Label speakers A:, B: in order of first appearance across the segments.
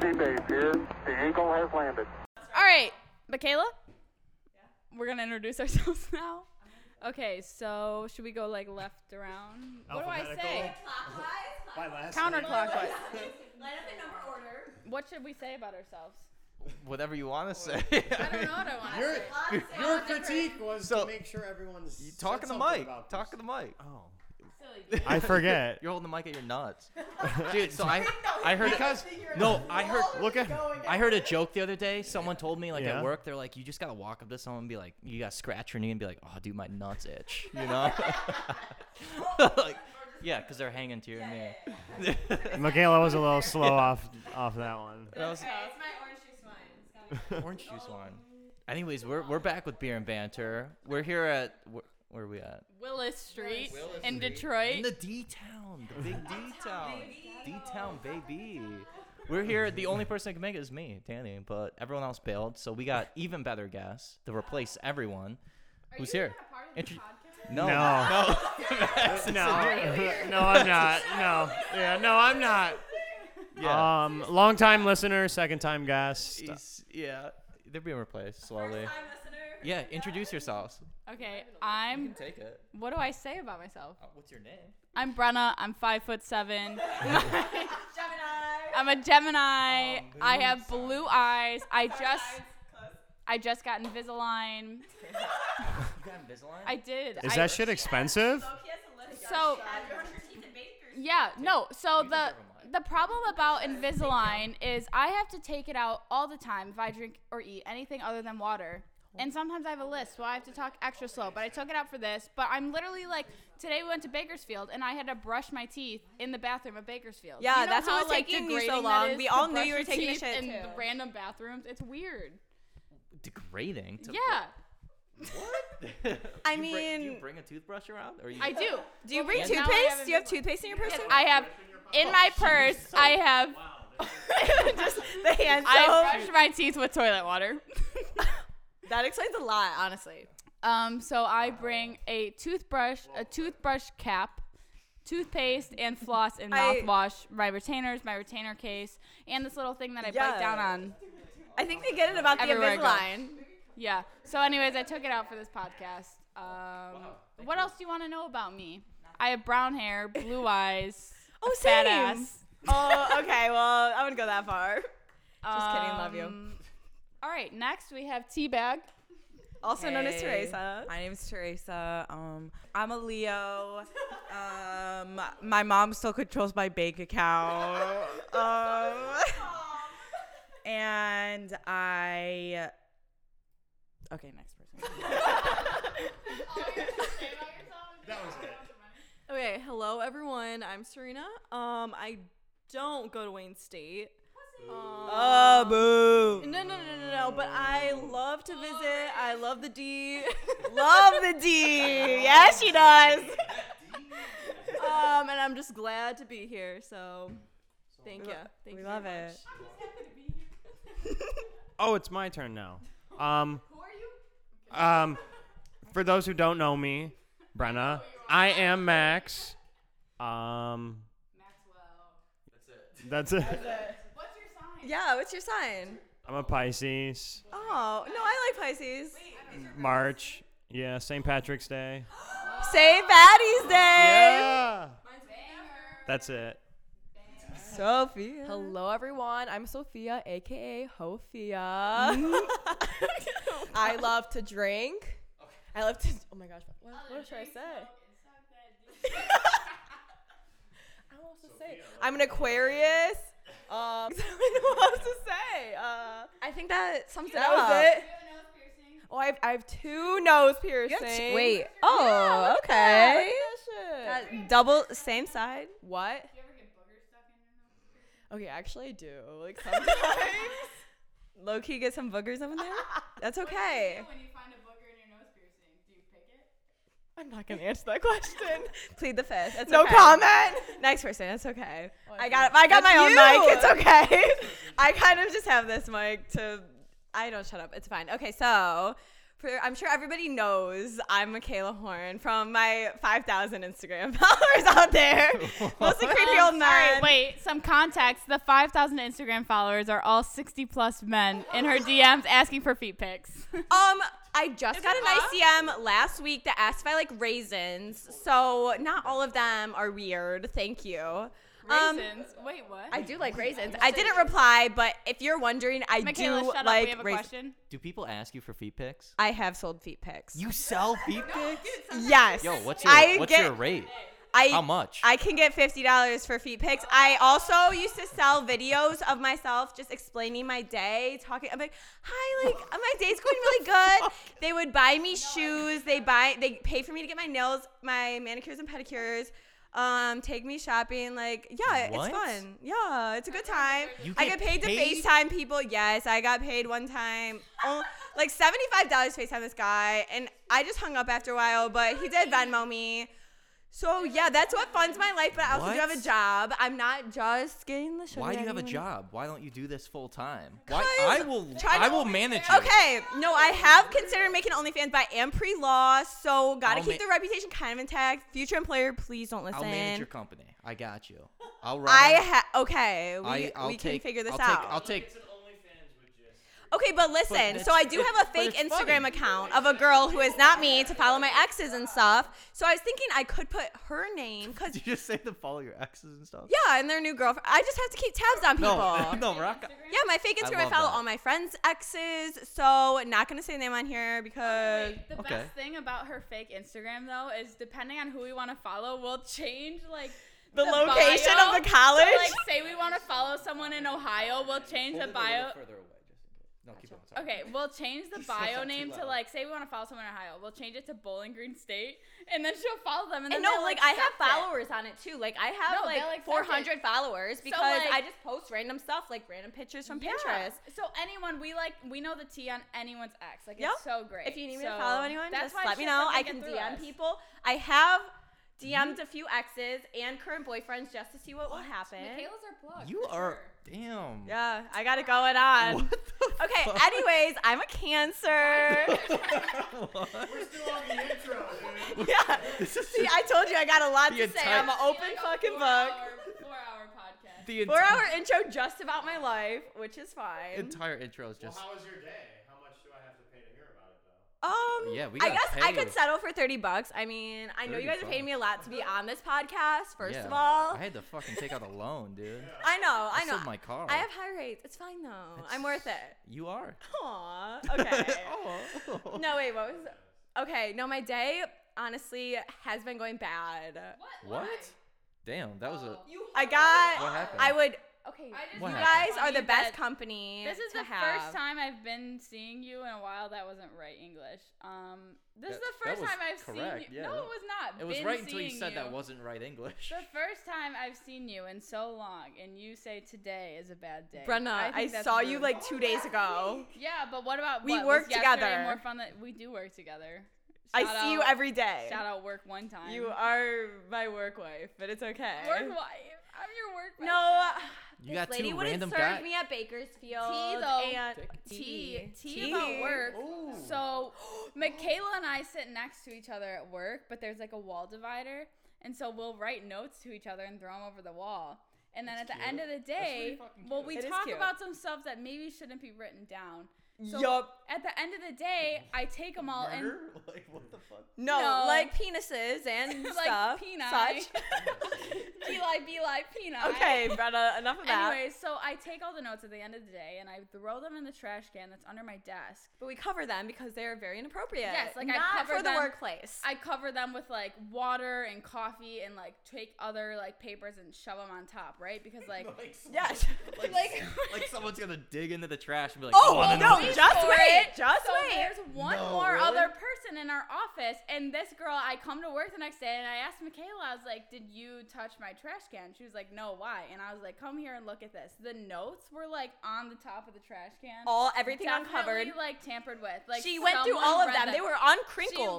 A: Clear. The Eagle has landed.
B: All right, Michaela. We're gonna introduce ourselves now. Okay, so should we go like left around? What do I say?
C: By last
B: Counterclockwise.
D: Line up in number order.
B: What should we say about ourselves?
E: Whatever you want to say.
B: I don't know what I want to
C: Your,
B: say.
C: your critique was
E: So-
C: to make sure everyone's
E: You talking
C: said
E: to
C: something
E: Mike.
C: about
E: Talk to
C: this.
E: the mic. Oh.
D: Silly. dude.
F: I forget.
E: You're holding the mic at your nuts. Dude, so I I heard
C: Because-
E: No, I heard
F: Look at
E: I heard a joke the other day. Someone told me like
F: Yeah.
E: at work, they're like, you just gotta walk up to someone and be like, you gotta scratch your knee and be like, oh, dude, my nuts itch, you know? like, yeah, because they're hanging to your knee.
F: Michaela was a little slow off off that one.
E: That was-
D: Alright, it's my orange juice wine. It's gotta be-
E: Orange juice wine. Anyways, we're we're back with beer and banter. We're here at where, where are we at?
B: Willis Street
E: Willis
B: in
E: Street.
B: Detroit.
E: In the D town, the big D town, D town baby. We're here. The only person that can make it is me, Danny, but everyone else bailed, so we got even better guests to replace everyone. Who's here? Intro- no,
F: No.
E: no.
F: No, no, I'm not. No, yeah, no, I'm not.
E: Yeah,
F: Um, long time listener, second time guest.
E: He's- yeah. They're being replaced slowly.
D: First time listener.
E: Yeah, introduce yourselves.
B: Okay, I'm.
E: Take it.
B: What do I say about myself?
E: Uh, What's your name?
B: I'm Brenna. I'm five foot seven.
D: Gemini.
B: I'm a Gemini.
E: Oh,
B: I
E: moon
B: have
E: sign.
B: blue eyes. I just
D: Close.
B: I just got Invisalign.
E: You got Invisalign?
B: I did.
F: Is
B: I,
F: that shit expensive?
D: Loki has a list of
B: So-
D: shots. Your teeth and bakers.
B: Yeah, no. So the
E: You deserve a mic.
B: the problem about Invisalign is I have to take it out all the time if I drink or eat anything other than water. And sometimes I have a list, so I have to talk extra slow. But I took it out for this. But I'm literally like, today we went to Bakersfield, and I had to brush my teeth in the bathroom at Bakersfield.
D: Yeah,
B: You know
D: that's what
B: how,
D: was
B: like,
D: taking you so
B: degrading that
D: long?
B: is
D: We
B: to
D: all knew
B: brush
D: you were
B: your
D: taking a
B: teeth
D: shit,
B: in
D: too.
B: random bathrooms. It's weird.
E: Degrading. To
B: yeah,
D: I
E: You bring- do you
D: mean,
E: bring a toothbrush around? Or you
B: I do.
D: do you bring
B: now I have
D: toothpaste? Do you have
B: Invisalign.
D: toothpaste in your person?
B: I have in my purse. I have.
D: Just the hand
B: I
D: soap.
B: brushed my teeth with toilet water.
D: That explains a lot, honestly.
B: Um, so I bring a toothbrush, a toothbrush cap, toothpaste, and floss and
D: I-
B: mouthwash, my retainers, my retainer case, and this little thing that I bite
D: Yeah.
B: down on.
D: I think they get it about the
B: Everywhere I go.
D: Invisalign.
B: Yeah. So, anyways, I took it out for this podcast. Um, what else do you want to know about me? I have brown hair, blue eyes,
D: Oh,
B: a fat
D: same.
B: ass.
D: oh, okay. Well, I wouldn't go that far. Just kidding, love you.
B: Um, All right, next we have Teabag.
D: Also known as
G: Hey.
D: Teresa.
G: My name is Teresa. Um, I'm a Leo. Um, my mom still controls my bank account. Um, and I. Okay, next person.
C: That was it.
D: Okay, hello everyone. I'm Serena. Um, I don't go to Wayne State.
G: Oh, boo.
D: No, no, no, no, no. But I love to visit. I love the D.
G: Love the D. Yes, she does.
D: um, and I'm just glad to be here. So, thank you. Thank
G: We
D: you.
G: love
D: very
G: it.
D: much.
F: Oh, it's my turn now. Um, Who are you? Um, for those who don't know me, Brenna, I am Max. Um, that's it. That's it.
D: Yeah. What's your sign?
F: I'm a Pisces.
D: Oh no, I like Pisces.
F: March. Yeah, St. Patrick's Day.
D: Say Patty's Day.
F: Yeah. That's it.
G: Sophie.
D: Hello everyone. I'm Sophia, aka Hofia. I love to drink. I love to. Oh my gosh. What, what should I say?
G: Oh,
D: I don't know what to say. I'm an Aquarius. Um, I don't know what else to say. Uh, I think that sums it up. it. Oh, I have, I have two nose piercings.
G: Wait. Oh,
D: Yeah,
G: okay.
D: look at that shit.
G: double, same side.
D: what? Okay, actually, I do. Like sometimes.
G: Low key, get some boogers up in there.
D: That's okay.
B: When you find a booger in your nose piercing, do you pick it?
D: I'm not gonna answer that question.
G: Plead the fifth. It's
D: no
G: okay.
D: comment.
G: Next person. It's okay.
D: I got I got my own mic. It's okay. I kind of just have this mic to. I don't shut up. It's fine. Okay, so For, I'm sure everybody knows I'm Michaela Horn from my 5,000 Instagram followers out there. Mostly creepy old
B: All right, Oh,
D: men.
B: wait, some context. The 5,000 Instagram followers are all 60 plus men in her DMs asking for feet pics.
D: Um, I just got a nice DM last week that asked if I like raisins. So not all of them are weird. Thank you. Um,
B: Raisins. wait, what?
D: I do like raisins. I didn't reply, but if you're wondering, I
B: Michaela,
D: do
B: shut up.
D: like
B: We have a
D: raisins.
B: question.
E: Do people ask you for feet pics?
D: I have sold feet pics.
E: You sell feet pics?
D: yes.
E: Yo, what's your
D: I
E: what's
D: get-
E: your rate?
D: I,
E: How much?
D: I can get fifty dollars for feet pics. I also used to sell videos of myself just explaining my day, talking. I'm like, hi, like my day's going really good. They would buy me shoes. They buy, they pay for me to get my nails, my manicures and pedicures. Um, take me shopping. Like, yeah,
E: What?
D: it's fun. Yeah, it's a good time.
E: You
D: I
E: get
D: get paid to
E: paid?
D: FaceTime people. Yes, I got paid one time. Oh, like $75 FaceTime this guy. And I just hung up after a while, but he did Venmo me. So yeah, that's what funds my life, but I also do
E: What?
D: have a job. I'm not just getting the sugar.
E: Why do you have a
D: daddy money.
E: job? Why don't you do this full time? Why
D: 'Cause
E: I will
D: try to-
E: I will manage you.
D: Okay, no, I have considered making OnlyFans, but I am pre-law, so gotta
E: I'll
D: keep
E: ma-
D: the reputation kind of intact. Future employer, please don't
E: I'll
D: listen.
E: manage your company. I got you. I'll run.
D: I
E: it.
D: ha- okay, we,
E: I, I'll
D: we
E: take,
D: can figure this
E: I'll
D: out.
E: Take, I'll take.
D: Okay, but listen.
E: that's-
D: so I do
E: it-
D: have a
E: but
D: fake
E: it's
D: Instagram
E: funny.
D: account of a girl who is not me to follow my exes and stuff. So I was thinking I could put her name because
E: Did you just say to follow your exes and stuff?
D: yeah, and their new girlfriend. I just have to keep tabs on people.
E: No, no, rock.
D: Yeah, my fake
E: I
D: Instagram. I,
E: love
D: follow
E: that.
D: all my friends' exes. So not gonna say name on here because
B: The
E: Okay.
B: best thing about her fake Instagram though is depending on who we want to follow, we'll change like
D: The location
B: bio.
D: of the college?
B: So, like, say we want to follow someone in Ohio, we'll change the bio.
E: Further away, just in case. No, keep going. sorry.
B: Okay, we'll change the
E: sounds
B: bio
E: too
B: name to
E: loud.
B: like say we want to follow someone in Ohio, we'll change it to Bowling Green State, and then she'll follow them. And, then
D: and no,
B: they'll,
D: like I have
B: accept it.
D: followers on it too. Like I have
B: No,
D: like,
B: they'll accept it.
D: 400 followers because
B: like-
D: I just post random stuff, like random pictures from
B: Yeah.
D: Pinterest.
B: So anyone we like, we know the T on anyone's ex. Like
D: Yep.
B: it's so great.
D: If you need me to
B: So
D: follow anyone,
B: that's
D: just
B: why
D: let me
B: shit
D: know.
B: doesn't
D: I
B: get
D: can
B: through
D: DM
B: us. Mm-hmm.
D: people. I have DM'd a few exes and current boyfriends just to see what, will happen.
B: Michaela's are plugged.
E: You
B: for
E: are.
B: sure.
E: Damn.
D: Yeah, I got it going on.
E: What the
D: Okay,
E: fuck?
D: anyways, I'm a cancer.
E: What?
D: yeah.
E: This is
D: See,
E: just
D: I told you I got a lot
E: The
D: to say. I'm an
E: entire-
D: open fucking book.
B: Four hour podcast.
E: the
D: Four
E: entire,
D: hour intro just about my life, which is fine.
E: entire intro is just.
F: How was your day? How much do I have to pay to hear about it, though?
D: Um,
E: Yeah, we
D: I
E: gotta
D: guess I
E: pay you.
D: could settle for 30 bucks. I mean, I know you
E: 30
D: guys are paying
E: bucks.
D: me a lot to be on this podcast, first
E: yeah,
D: of all.
E: I had to fucking take out a loan, dude.
D: I know, I
E: I
D: know.
E: sold my car.
D: I have high rates. It's fine though. I'm worth it.
E: You are.
D: Aw. Okay.
E: oh.
D: no, wait, what was Okay, no, my day honestly has been going bad.
E: What? Damn, that was a.
D: I got
E: What happened?
D: I would okay.
B: I just
E: What
D: you
E: happened?
D: guys are the
B: Funny
D: best
B: that
D: company.
B: This is
D: to
B: the
D: have.
B: first time I've been seeing you in a while that wasn't right English. Um, this is
E: That-
B: the
E: that
B: first
E: was
B: time I've
E: correct,
B: seen you.
E: yeah,
B: no,
E: that-
B: it was not.
E: It was
B: been
E: right until you
B: seeing
E: said that
B: you.
E: wasn't right English.
B: The first time I've seen you in so long, and you say today is a bad day.
D: Brenna, I,
B: think that's
D: saw you
B: rude.
D: like two days ago.
B: Yeah, but what about
D: We
B: what? Was
D: work
B: yesterday
D: together.
B: More fun that we do work together.
D: I
B: Shout
D: see you
B: out-
D: every day.
B: Shout out work one time.
D: You are my work wife, but it's okay.
B: work wife. I'm your work wife.
D: No,
E: you got
D: this lady
E: two
D: wouldn't
E: random
D: serve
E: guys.
D: me at Bakersfield.
B: Tea, though.
D: and
B: T. T about work. So Michaela and I sit next to each other at work, but there's like a wall divider, and so we'll write notes to each other and throw them over the wall. And then at the end of the day, well, we
D: It is
B: talk
D: cute.
B: about some stuff that maybe shouldn't be written down. So
D: Yup.
B: At the end of the day, I take them all and
E: like what the fuck?
D: No,
B: No.
D: like penises and
B: like
D: stuff.
B: peni.
D: Such.
B: Eli, Eli, peni.
D: Okay, Brenna, enough of that.
B: Anyways, so I take all the notes at the end of the day and I throw them in the trash can that's under my desk.
D: But we cover them because they are very inappropriate.
B: Yes, like, I
D: not
B: cover
D: for
B: them-
D: the workplace.
B: I cover them with like water and coffee and like take other like papers and shove them on top, right? Because like
D: yes.
E: Like,
B: Like-
E: like someone's gonna dig into the trash and be like,
D: Oh,
E: "Oh,
D: no,
E: no,
D: just
B: for
D: wait,
B: it.
D: just
B: so
D: wait.
B: There's one
E: No,
B: more
E: really?
B: other person in our office, and this girl, I come to work the next day, and I asked Michaela, I was like, "Did you touch my trash can?" She was like, "No, why?" And I was like, "Come here and look at this." The notes were like on the top of the trash can,
D: all everything
B: Definitely,
D: uncovered.
B: like tampered with. Like
D: she went through
B: someone
D: all of
B: read
D: them. They were uncrinkle.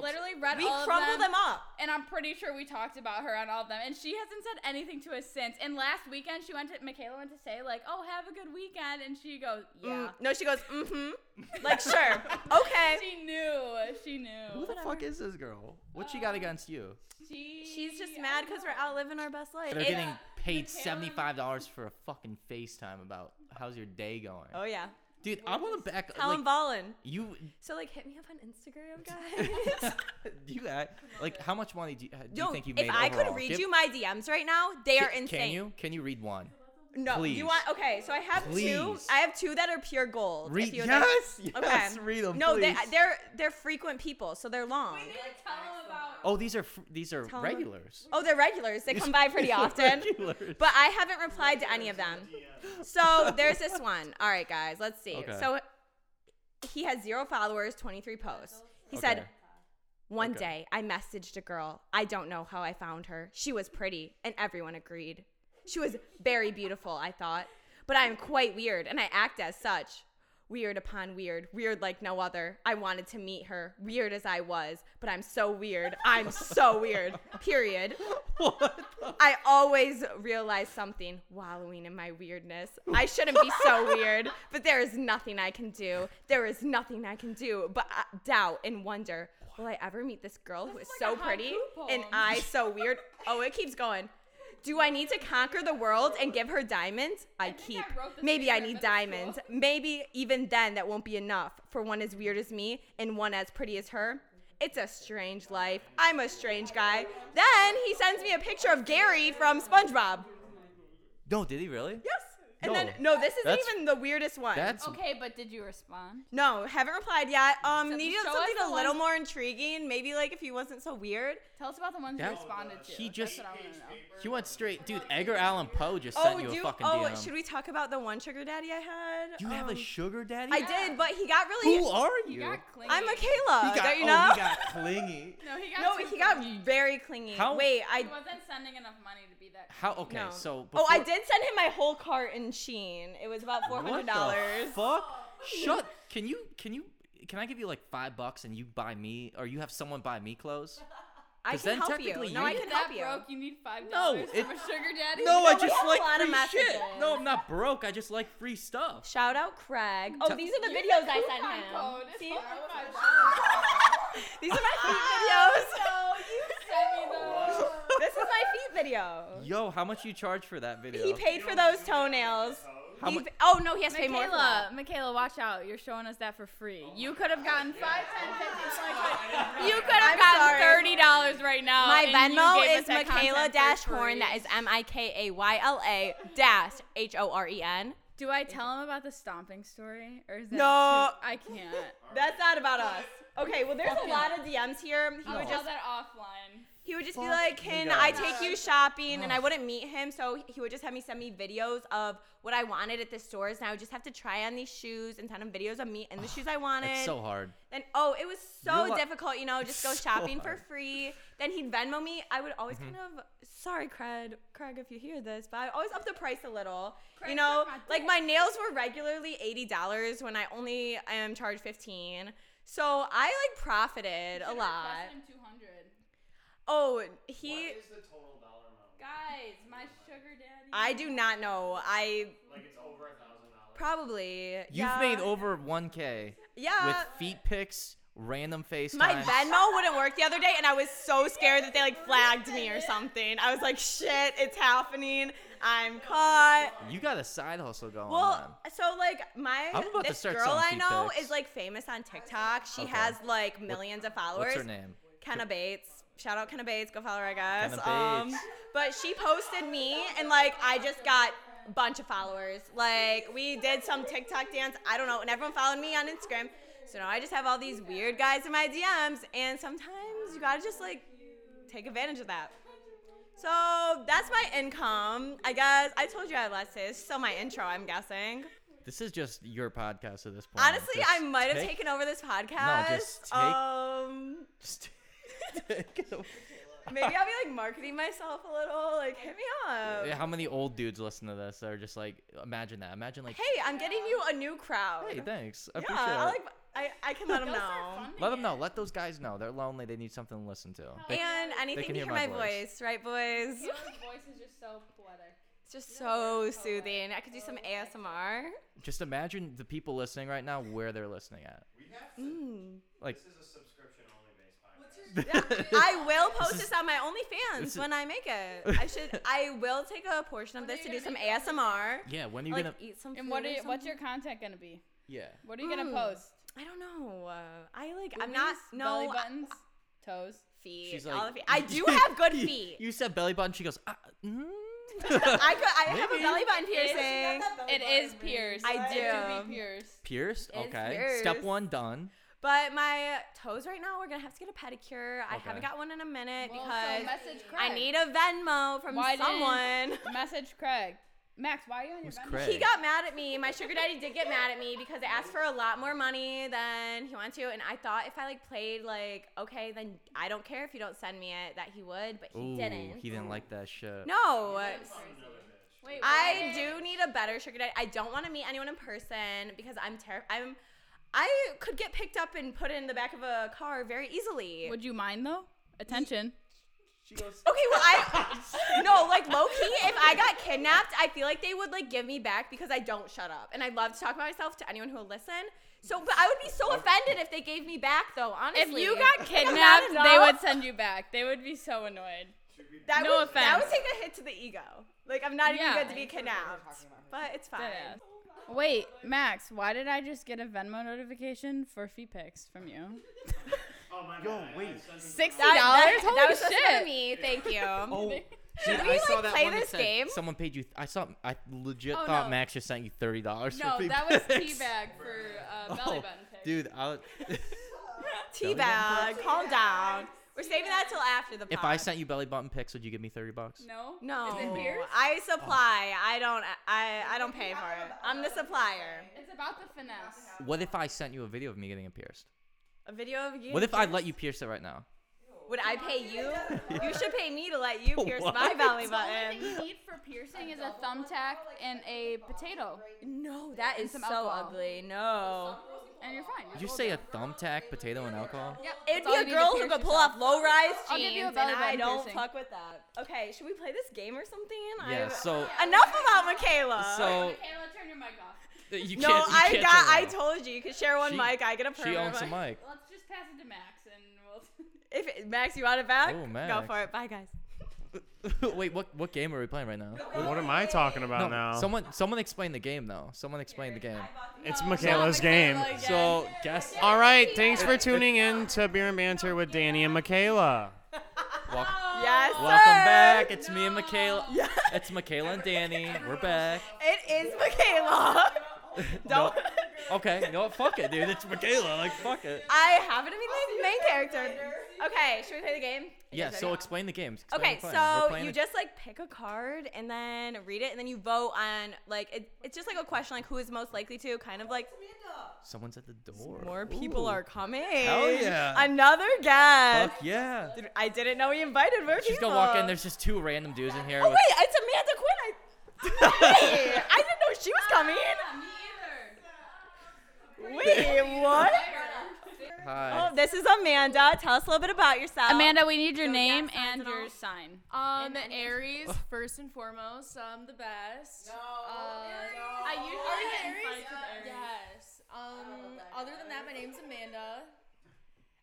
B: She literally read
D: we
B: all of
D: crumbled
B: them
D: them up.
B: and I'm pretty sure we talked about her on all of them. And she hasn't said anything to us since. And last weekend, she went to Michaela went to say like, "Oh, have a good weekend," and she goes, "Yeah."
D: Mm, no, she goes, mm-hmm.
H: Like, sure. Okay.
B: She knew. She
E: Who
B: knew.
E: the fuck is this girl? What she
D: Um,
E: got against you?
B: She,
D: She's just mad because we're out living our best life.
E: They're
D: It-
E: getting paid seventy five dollars for a fucking FaceTime about how's your day going,
H: Oh yeah.
E: dude. I want to back.
D: how
E: Like,
D: I'm balling.
E: you,
D: So like, hit me up on Instagram, guys.
E: you act like how much money do you, do you
H: Don't-
E: think you made?
D: if I could
E: overall?
D: read
E: Give-
D: you my DMs right now, they
E: ca-
D: are insane.
E: Can you? Can you read one?
H: No.
E: Please.
D: You want? Okay, so I have two.
E: Please.
D: I have two that are pure gold. if
E: Read
D: you would like-
E: yes, yes. Read them.
D: No, they,
E: please.
D: they're they're frequent people, so they're long.
E: Oh, these are fr- these are
D: Tell 'em.
E: regulars.
D: Oh, they're regulars. They come by pretty often.
E: Regulars.
D: But I haven't replied to any of them. So there's this one. All right, guys, let's see.
E: Okay.
D: So he has zero followers, 23 posts. He
E: Okay.
D: said, One
E: Okay.
D: day I messaged a girl. I don't know how I found her. She was pretty, and everyone agreed. She was very beautiful, I thought. But I am quite weird, and I act as such. Weird upon weird, weird like no other. I wanted to meet her, weird as I was, but I'm so weird. I'm so weird, period. I always realize something wallowing in my weirdness. I shouldn't be so weird, but there is nothing I can do. There is nothing I can do but uh, doubt and wonder will I ever meet this girl who is so pretty and I so weird? Oh, it keeps going. Do I need to conquer the world and give her diamonds? I, keep.
B: wrote this
D: Maybe I
B: paper in
D: need
B: middle
D: diamonds. Maybe even then that won't be enough for one as weird as me and one as pretty as her. It's a strange life. I'm a strange guy. Then he sends me a picture of Gary from SpongeBob.
E: No, did he really?
D: Yes. And then
E: No.
D: no, this isn't
E: That's-
D: even the weirdest one.
E: That's
B: Okay, but did you respond?
D: no, haven't replied yet. Um,
B: So
D: needed
B: show us
D: something
B: the
D: a little
B: ones-
D: more intriguing. Maybe like if he wasn't so weird.
B: Tell us about the ones you
E: That-
B: responded to.
E: he
B: That's
E: just-
B: what I wanna know.
E: he went straight, dude. Edgar Allan Poe just
D: Oh,
E: sent you a
D: do
E: fucking
D: oh,
E: DM.
D: should we talk about the one sugar daddy I had?
E: you have a
D: Um,
E: sugar daddy?
D: I did, but he got really.
E: Who are
B: He
E: you?
B: got clingy.
D: I'm a Kayla. don't you know?
E: Oh, he got clingy.
B: No, he
D: no,
B: got. too
D: he got
B: clingy.
D: very clingy.
E: How-
D: Wait, I.
B: He wasn't sending enough money to be that.
E: How? Okay,
D: no.
E: so.
D: oh, I
E: before-
D: did send him my whole cart in Sheen. It was about four
E: What
D: hundred
E: the
D: dollars.
E: fuck? Shut. Can you? Can you? Can I give you like five bucks and you buy me, or you have someone buy me clothes?
D: I
E: 'Cause
D: can
E: then
D: help you.
E: technically
D: No,
E: you-
D: I
B: If
D: can
B: that
D: help you.
B: broke, you need five
E: No,
B: dollars
E: it-
B: from a sugar daddy.
E: No, I
D: we
E: just
D: have a
E: like
D: lot of
E: free shit.
D: messages.
E: No, I'm not broke. I just like free stuff.
D: Shout out Craig. Oh,
E: Tell-
D: these are the videos I sent
B: Coupon
D: him.
B: code. It's
D: See?
B: all about sugar.
D: These are my feet
B: No, you sent me those.
D: videos. this is my feet video.
E: Yo, how much you charge for that video?
D: He paid for those toenails.
E: How
D: He
E: mu-
D: pa- oh no, he has to pay more. for
B: Michaela,
D: that.
B: Michaela, watch out. You're showing us that for free. You could have gotten 5, 10, 15, 25. You could have
D: I'm
B: gotten
D: sorry.
B: $30 right now. Oh,
D: My
B: and you
D: Venmo
B: gave
D: is
B: us that
D: Michaela
B: content for
D: dash Horn.
B: free.
D: That is M I K A Y L A dash H O R E N.
B: Do I tell him about the stomping story? Or is that
D: No.
B: too- I can't.
D: That's not about us. Okay, well, there's a lot of DMs here. He
B: I'll
D: would
B: tell
D: just
B: that offline.
D: he would just be
E: Fuck
D: like,
E: you
D: "Can
E: guys.
D: I take you shopping?" And I wouldn't meet him, so he would just have me send me videos of what I wanted at the stores, and I would just have to try on these shoes and send him videos of me and the shoes I wanted.
E: It's so hard.
D: And oh, it was
E: You're
D: so
E: li-
D: difficult, you know, just go
E: So
D: shopping for
E: hard.
D: free. Then he'd Venmo me. I would always kind of, sorry, Craig, Craig, if you hear this, but I always up the price a little. you know, like my nails were regularly eighty dollars when I only am charged fifteen. So I like profited a lot.
B: Request him 200.
D: Oh, he.
C: What is the total dollar amount?
B: Guys, my sugar daddy.
D: I do not know. I
C: Like it's over a thousand dollars.
D: probably.
E: You've
D: yeah.
E: made over 1K
D: Yeah.
E: with feet pics, random face
D: Uh, My
E: times.
D: Venmo wouldn't work the other day, and I was so scared that they like flagged me or something. I was like, shit, it's happening. I'm caught.
E: You got a side hustle going on.
D: Well, so like my
E: Oh, I'm about to
D: this
E: start
D: girl
E: selling
D: I
E: feet
D: know
E: pics.
D: is like famous on TikTok. She
E: Okay.
D: has like millions of followers.
E: What's her name?
D: Kenna Bates. Shout out Kenna Bates. Go follow her, I guess.
E: Kenna
D: Um,
E: Bates.
D: but she posted me, and like I just got a bunch of followers. Like we did some TikTok dance. I don't know, and everyone followed me on Instagram. So now I just have all these weird guys in my DMs, and sometimes you gotta just like take advantage of that. So that's my income, I guess. I told you I had last day. It's still my intro, I'm guessing.
E: This is just your podcast at this point.
D: Honestly,
E: Um, Just
D: I might have
E: take-
D: taken over this podcast.
E: just take-
D: um,
E: Just take it away.
D: Maybe I'll be like marketing myself a little. Like, hit me up.
E: Yeah, How many old dudes listen to this? They're just like, imagine that. Imagine like,
D: Hey, I'm getting you a new crowd.
E: hey, thanks. I
D: yeah,
E: appreciate
D: I
E: it.
D: like. I, I can let them
B: They'll start
D: know.
B: funding
E: Let them
B: it.
E: know. Let those guys know. They're lonely. They need something to listen to. They-
D: And anything
E: can
D: to
E: hear
D: hear
E: my
D: my voice, right, boys?
B: Your voice is just so poetic.
D: just so soothing. I could do some ASMR.
E: Just imagine the people listening right now where they're listening at.
B: Mm.
E: Like
C: This is a subscription only based podcast.
D: I will post this on my
E: this
D: OnlyFans
E: is-
D: when I make it. I should. I will take a portion of this to do some ASMR.
E: yeah, when are you
D: Like
E: gonna?
D: eat some.
B: And
D: food
B: what
D: or
B: are you, what's
D: something.
B: your content gonna be?
E: Yeah.
B: What are you gonna
D: Mm.
B: post?
D: I don't know. Uh, I like. I'm not.
B: Boobies? belly
D: No I-
B: buttons, toes.
D: feet.
E: She's
D: all
E: like-
D: the feet. I do have good
E: You-
D: feet.
E: You said belly button. She goes. Ah, mm.
D: I could, I have a
E: Maybe.
D: belly button
B: It is-
D: piercing.
B: It is pierced.
D: I
B: It do
D: do.
B: be pierced.
E: Pierced.
D: It's
E: Okay. Step
D: pierced.
E: one done.
D: But my toes right now, we're gonna have to get a pedicure. I
E: Okay.
D: haven't got one in a minute
B: Well, so
D: because
B: message
D: I
B: Craig.
D: need a Venmo from
B: Why didn't-
D: someone.
B: Message Craig. Max, why are you on your
E: Who's
B: Venmo?
E: Craig?
D: He got mad at me. My sugar daddy did get mad at me because I asked for a lot more money than he wanted to, and I thought if I like played like okay, then I don't care if you don't send me it that he would, but he
E: Ooh,
D: didn't.
E: He didn't like that shit.
D: no,
B: Wait,
D: I
B: why?
D: do need a better sugar daddy. I don't want to meet anyone in person because I'm terrified. I'm, I could get picked up and put in the back of a car very easily.
B: Would you mind though? Attention.
D: okay, well I, no, like low key, if I got kidnapped, I feel like they would like give me back because I don't shut up and I love to talk about myself to anyone who will listen. So, but I would be so offended if they gave me back though.
B: If
D: Honestly,
B: you got
D: That's
B: kidnapped,
D: not
B: they would
D: enough.
B: send you back. They would be so annoyed.
D: That
B: no
D: would, That
B: offense.
D: would take a hit to the ego. Like I'm not
B: Yeah.
D: even good to be kidnapped, but it's fine.
B: Wait, Max, why did I just get a Venmo notification for fee pics from you?
C: Oh my Yo, wait.
B: Sixty
D: That, that,
B: dollars? Holy
D: that was
B: shit!
D: just for me. Thank you.
E: Oh, dude,
D: we,
E: I saw
D: like,
E: that
D: play
E: one that
D: this
E: said
D: game?
E: Someone paid you. I saw. I legit
B: Oh,
E: thought
B: no.
E: Max just sent you thirty dollars.
B: No,
E: for
B: that was
E: feedbacks.
B: teabag for uh, belly button
E: Oh,
B: pics.
E: Dude, I was,
D: Teabag, calm down. We're saving that till after the pod.
E: if I sent you belly button pics, would you give me thirty bucks?
B: No.
D: no,
B: Is it pierced?
D: I supply. I don't. I I don't pay for it. I'm the supplier.
B: It's about the finesse.
E: What if I sent you a video of me getting it pierced?
D: A video of you.
E: What if I let you pierce it right now?
D: Would I pay you? You should pay me to let you pierce
E: What?
D: my
B: The only
D: belly button.
B: thing you need for piercing is a thumbtack and a potato,
D: No, that is so
B: some alcohol.
D: ugly. No.
B: and you're fine.
E: Did you say a thumbtack, potato, and alcohol?
B: Yep.
D: It'd
B: that's all
D: be
B: you need to
D: a girl who
B: pierce
D: could pull
B: yourself.
D: off low-rise
B: I'll give
D: jeans,
B: you a
D: and
B: belly
D: I
B: button
D: don't
B: piercing.
D: fuck with that. Okay, should we play this game or something?
E: Yeah.
D: I've-
E: So,
D: Enough about Michaela.
E: so
B: Michaela, turn your mic off.
E: you can't.
D: Uh, no,
E: you
D: I
E: can't
D: got.
E: turn
D: I
E: around.
D: told you you could share one
E: She-
D: mic. I get a permanent
E: She owns the
D: mic.
E: mic.
B: Let's just pass it to Max and we'll.
D: If Max, you want it back? Go
E: Oh, Max.
D: for it. Bye, guys.
E: Wait, what? What game are we playing right now?
F: What am I talking about now?
E: Someone, someone explain the game though. Someone explain the game.
F: it's Michaela's game.
E: So guess.
F: All right, thanks for tuning in to Beer and Banter with Danny and Michaela.
E: Wel-
D: Yes,
E: welcome
D: sir.
E: back. It's me and Michaela. It's Michaela and Danny. We're back.
D: It is Michaela.
E: Don't. Okay. No. Fuck it, dude. It's Michaela. Like fuck it.
D: I happen to be the main character. Okay, should we play the game?
E: Yeah.
D: Yes, I
E: So
D: know.
E: explain the games.
D: Okay, so you just like pick a card and then read it, and then you vote on like it, it's just like a question like who is most likely to, kind of like
E: Someone's at the door.
D: more people
E: Ooh.
D: are coming.
E: Hell yeah.
D: Another guest.
E: Fuck yeah.
D: Dude, I didn't know we invited more
E: She's
D: people.
E: gonna walk in. There's just two random dudes in here.
D: Oh
E: with-
D: wait, it's Amanda Quinn. I, Hey, I didn't know she was coming. Wait, what?
E: Hi.
D: Oh, this is Amanda. Tell us a little bit about yourself.
B: Amanda, we need your name
D: yes,
B: and
D: signs and
B: your
D: all.
B: sign.
I: Um, Aries, first and foremost, um, the best. No.
D: Uh, Oh,
I: I usually get in fights with Aries. Yes. Um, other than that, my name's Amanda.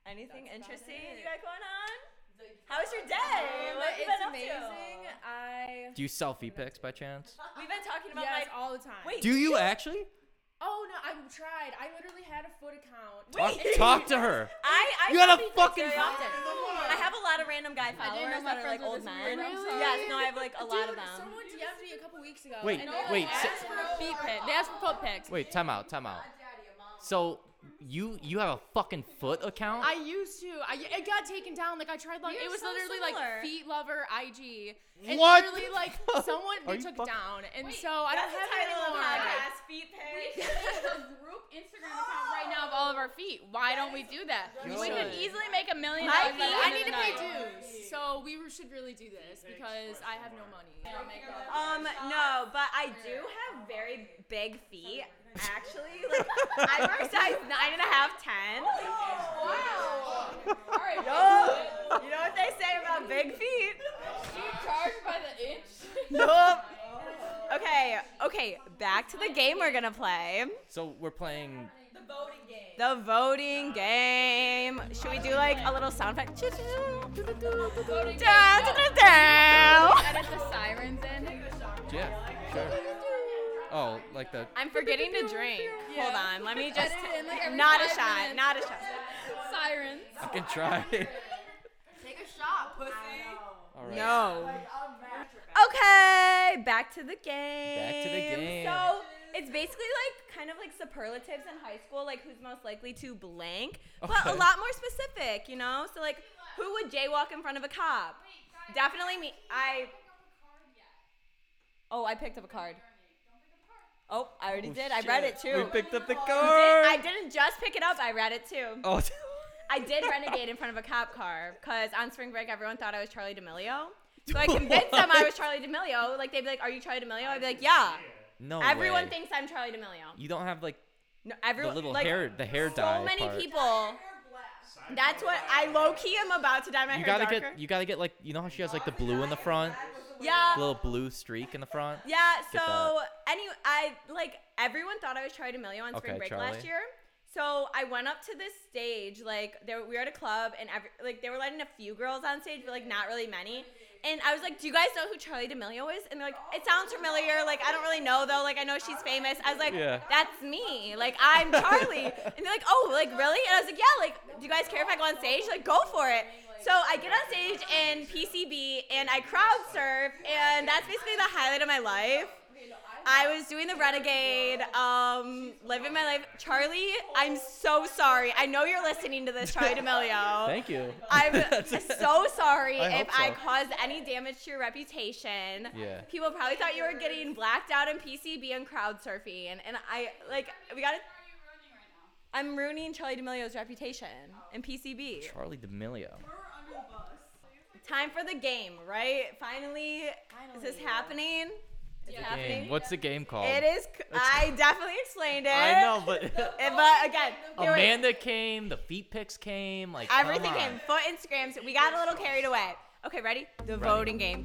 D: Anything interesting you got going on? Oh, How was your day?
I: Um,
D: What have you
I: it's
D: been up
I: amazing. I
E: Do you sell fee pics by chance?
D: to? We've been talking about
I: yes
D: like.
I: all the time.
D: Wait.
E: Do you actually?
I: Oh no, I tried. I literally had a foot account.
E: Talk,
D: Wait.
E: talk to her.
D: I, I
E: You got
D: thought
E: a
D: we-
E: fucking
D: Very often. I have a lot of random guy
B: didn't know
D: followers
B: my
D: that are
B: friends
D: like
B: were
D: old
B: this weird.
D: men.
B: I'm
D: Yes, no, I have like a lot of
I: Dude,
D: them.
I: Someone DM'd me a couple weeks ago.
E: Wait,
I: and they
E: wait,
I: asked
E: s-
I: for a feet pic. They asked for foot pics.
E: Wait, time out, time out. So you you have a fucking foot account?
I: I used to. I it got taken down. Like I tried like it
D: You're
I: was
D: so
I: literally
D: similar.
I: like feet lover IG. And
E: What
I: literally
E: the
I: like
E: fuck?
I: someone
E: Are
I: they
E: you
I: took
E: fuck-
I: it down. And so I don't
D: That's the
I: have it
D: title of the
I: anymore.
D: podcast. Feet pic.
B: group Instagram account right now of all of
I: Oh.
B: our feet. Why don't we do that?
E: You
B: we could
E: should.
B: easily make a million dollars. by
D: My feet?
B: the
I: I
B: end of
I: need
B: the
I: to pay
B: night.
I: dues. So we re- should really do this because I have no money. Oh
D: Um, no, but I do have very big feet. Actually, like I'm already size nine and a half, ten. Wow. Yo, you know what they say about big feet?
B: Charged by the inch.
D: Nope. Okay, okay, back to the game we're gonna play.
E: So we're playing.
D: The voting game. Should we do like a little sound effect? Da, da, da, da.
B: Edit the sirens in.
E: Yeah. Sure. Oh, like the.
D: I'm forgetting to drink. Hold on, let me just.
B: Edit in, like, every
D: Not a
B: five
D: shot,
B: minutes.
D: not a shot.
B: Sirens.
E: I can try. All right.
D: No. Okay, back to the game.
E: Back to the game.
D: So it's basically like kind of like superlatives in high school, like who's most likely to blank, but a
E: Okay.
D: lot more specific, you know? So like who would jaywalk in front of a cop? Definitely me. I. Oh, I picked up a card. Oh, I already did. I read it too.
E: We picked up the card.
D: I didn't just pick it up. I read it too.
E: Oh.
D: I did renegade in front of a cop car because on spring break everyone thought I was Charlie D'Amelio. So I convinced them I was Charlie D'Amelio. Like they'd be like, "Are you Charlie D'Amelio?" I'd be like, "Yeah."
E: no.
D: everyone
E: way.
D: thinks I'm Charlie D'Amelio.
E: You don't have like
D: No,
E: the
D: everyone
E: little
D: like,
E: hair, the hair dye.
D: So many
E: part.
D: people. That's what I low key am about to dye my
E: You
D: hair
E: gotta
D: darker.
E: get. You gotta get like. You know how she has like the blue in the front,
D: yeah.
E: little blue streak in the front.
D: Yeah,
E: Get
D: so any I like everyone thought I was Charlie D'Amelio on spring
E: Okay,
D: break
E: Charlie.
D: last year. So I went up to this stage, like there we were at a club and every like they were letting a few girls on stage, but like not really many. And I was like, Do you guys know who Charlie D'Amelio is? And they're like, It sounds familiar, like I don't really know though, like I know she's famous. I was like,
E: Yeah.
D: That's me. Like I'm Charlie. and they're like, Oh, like really? And I was like, Yeah, like do you guys care if I go on stage? Like, go for it. So I get on stage in PCB and I crowd surf and that's basically the highlight of my life. I was doing the Renegade, um, living my life. Charlie, I'm so sorry. I know you're listening to this, Charlie D'Amelio.
E: Thank you.
D: I'm so sorry
E: I
D: if
E: hope
D: I
E: so.
D: caused any damage to your reputation.
E: Yeah.
D: People probably thought you were getting blacked out in PCB and crowd surfing, and I like we gotta. I'm ruining Charlie D'Amelio's reputation in PCB.
E: Charlie D'Amelio.
D: Time for the game, right? Finally, is this happening? Is it
E: Game.
D: happening?
E: What's the game called?
D: It is. c- I definitely explained it.
E: Oh, I know, but
D: Uh, But again, there was-
E: Amanda came. The feet pics came. Like come
D: everything
E: on.
D: came. Foot Instagrams. we got a little carried away. Okay, ready? The voting game.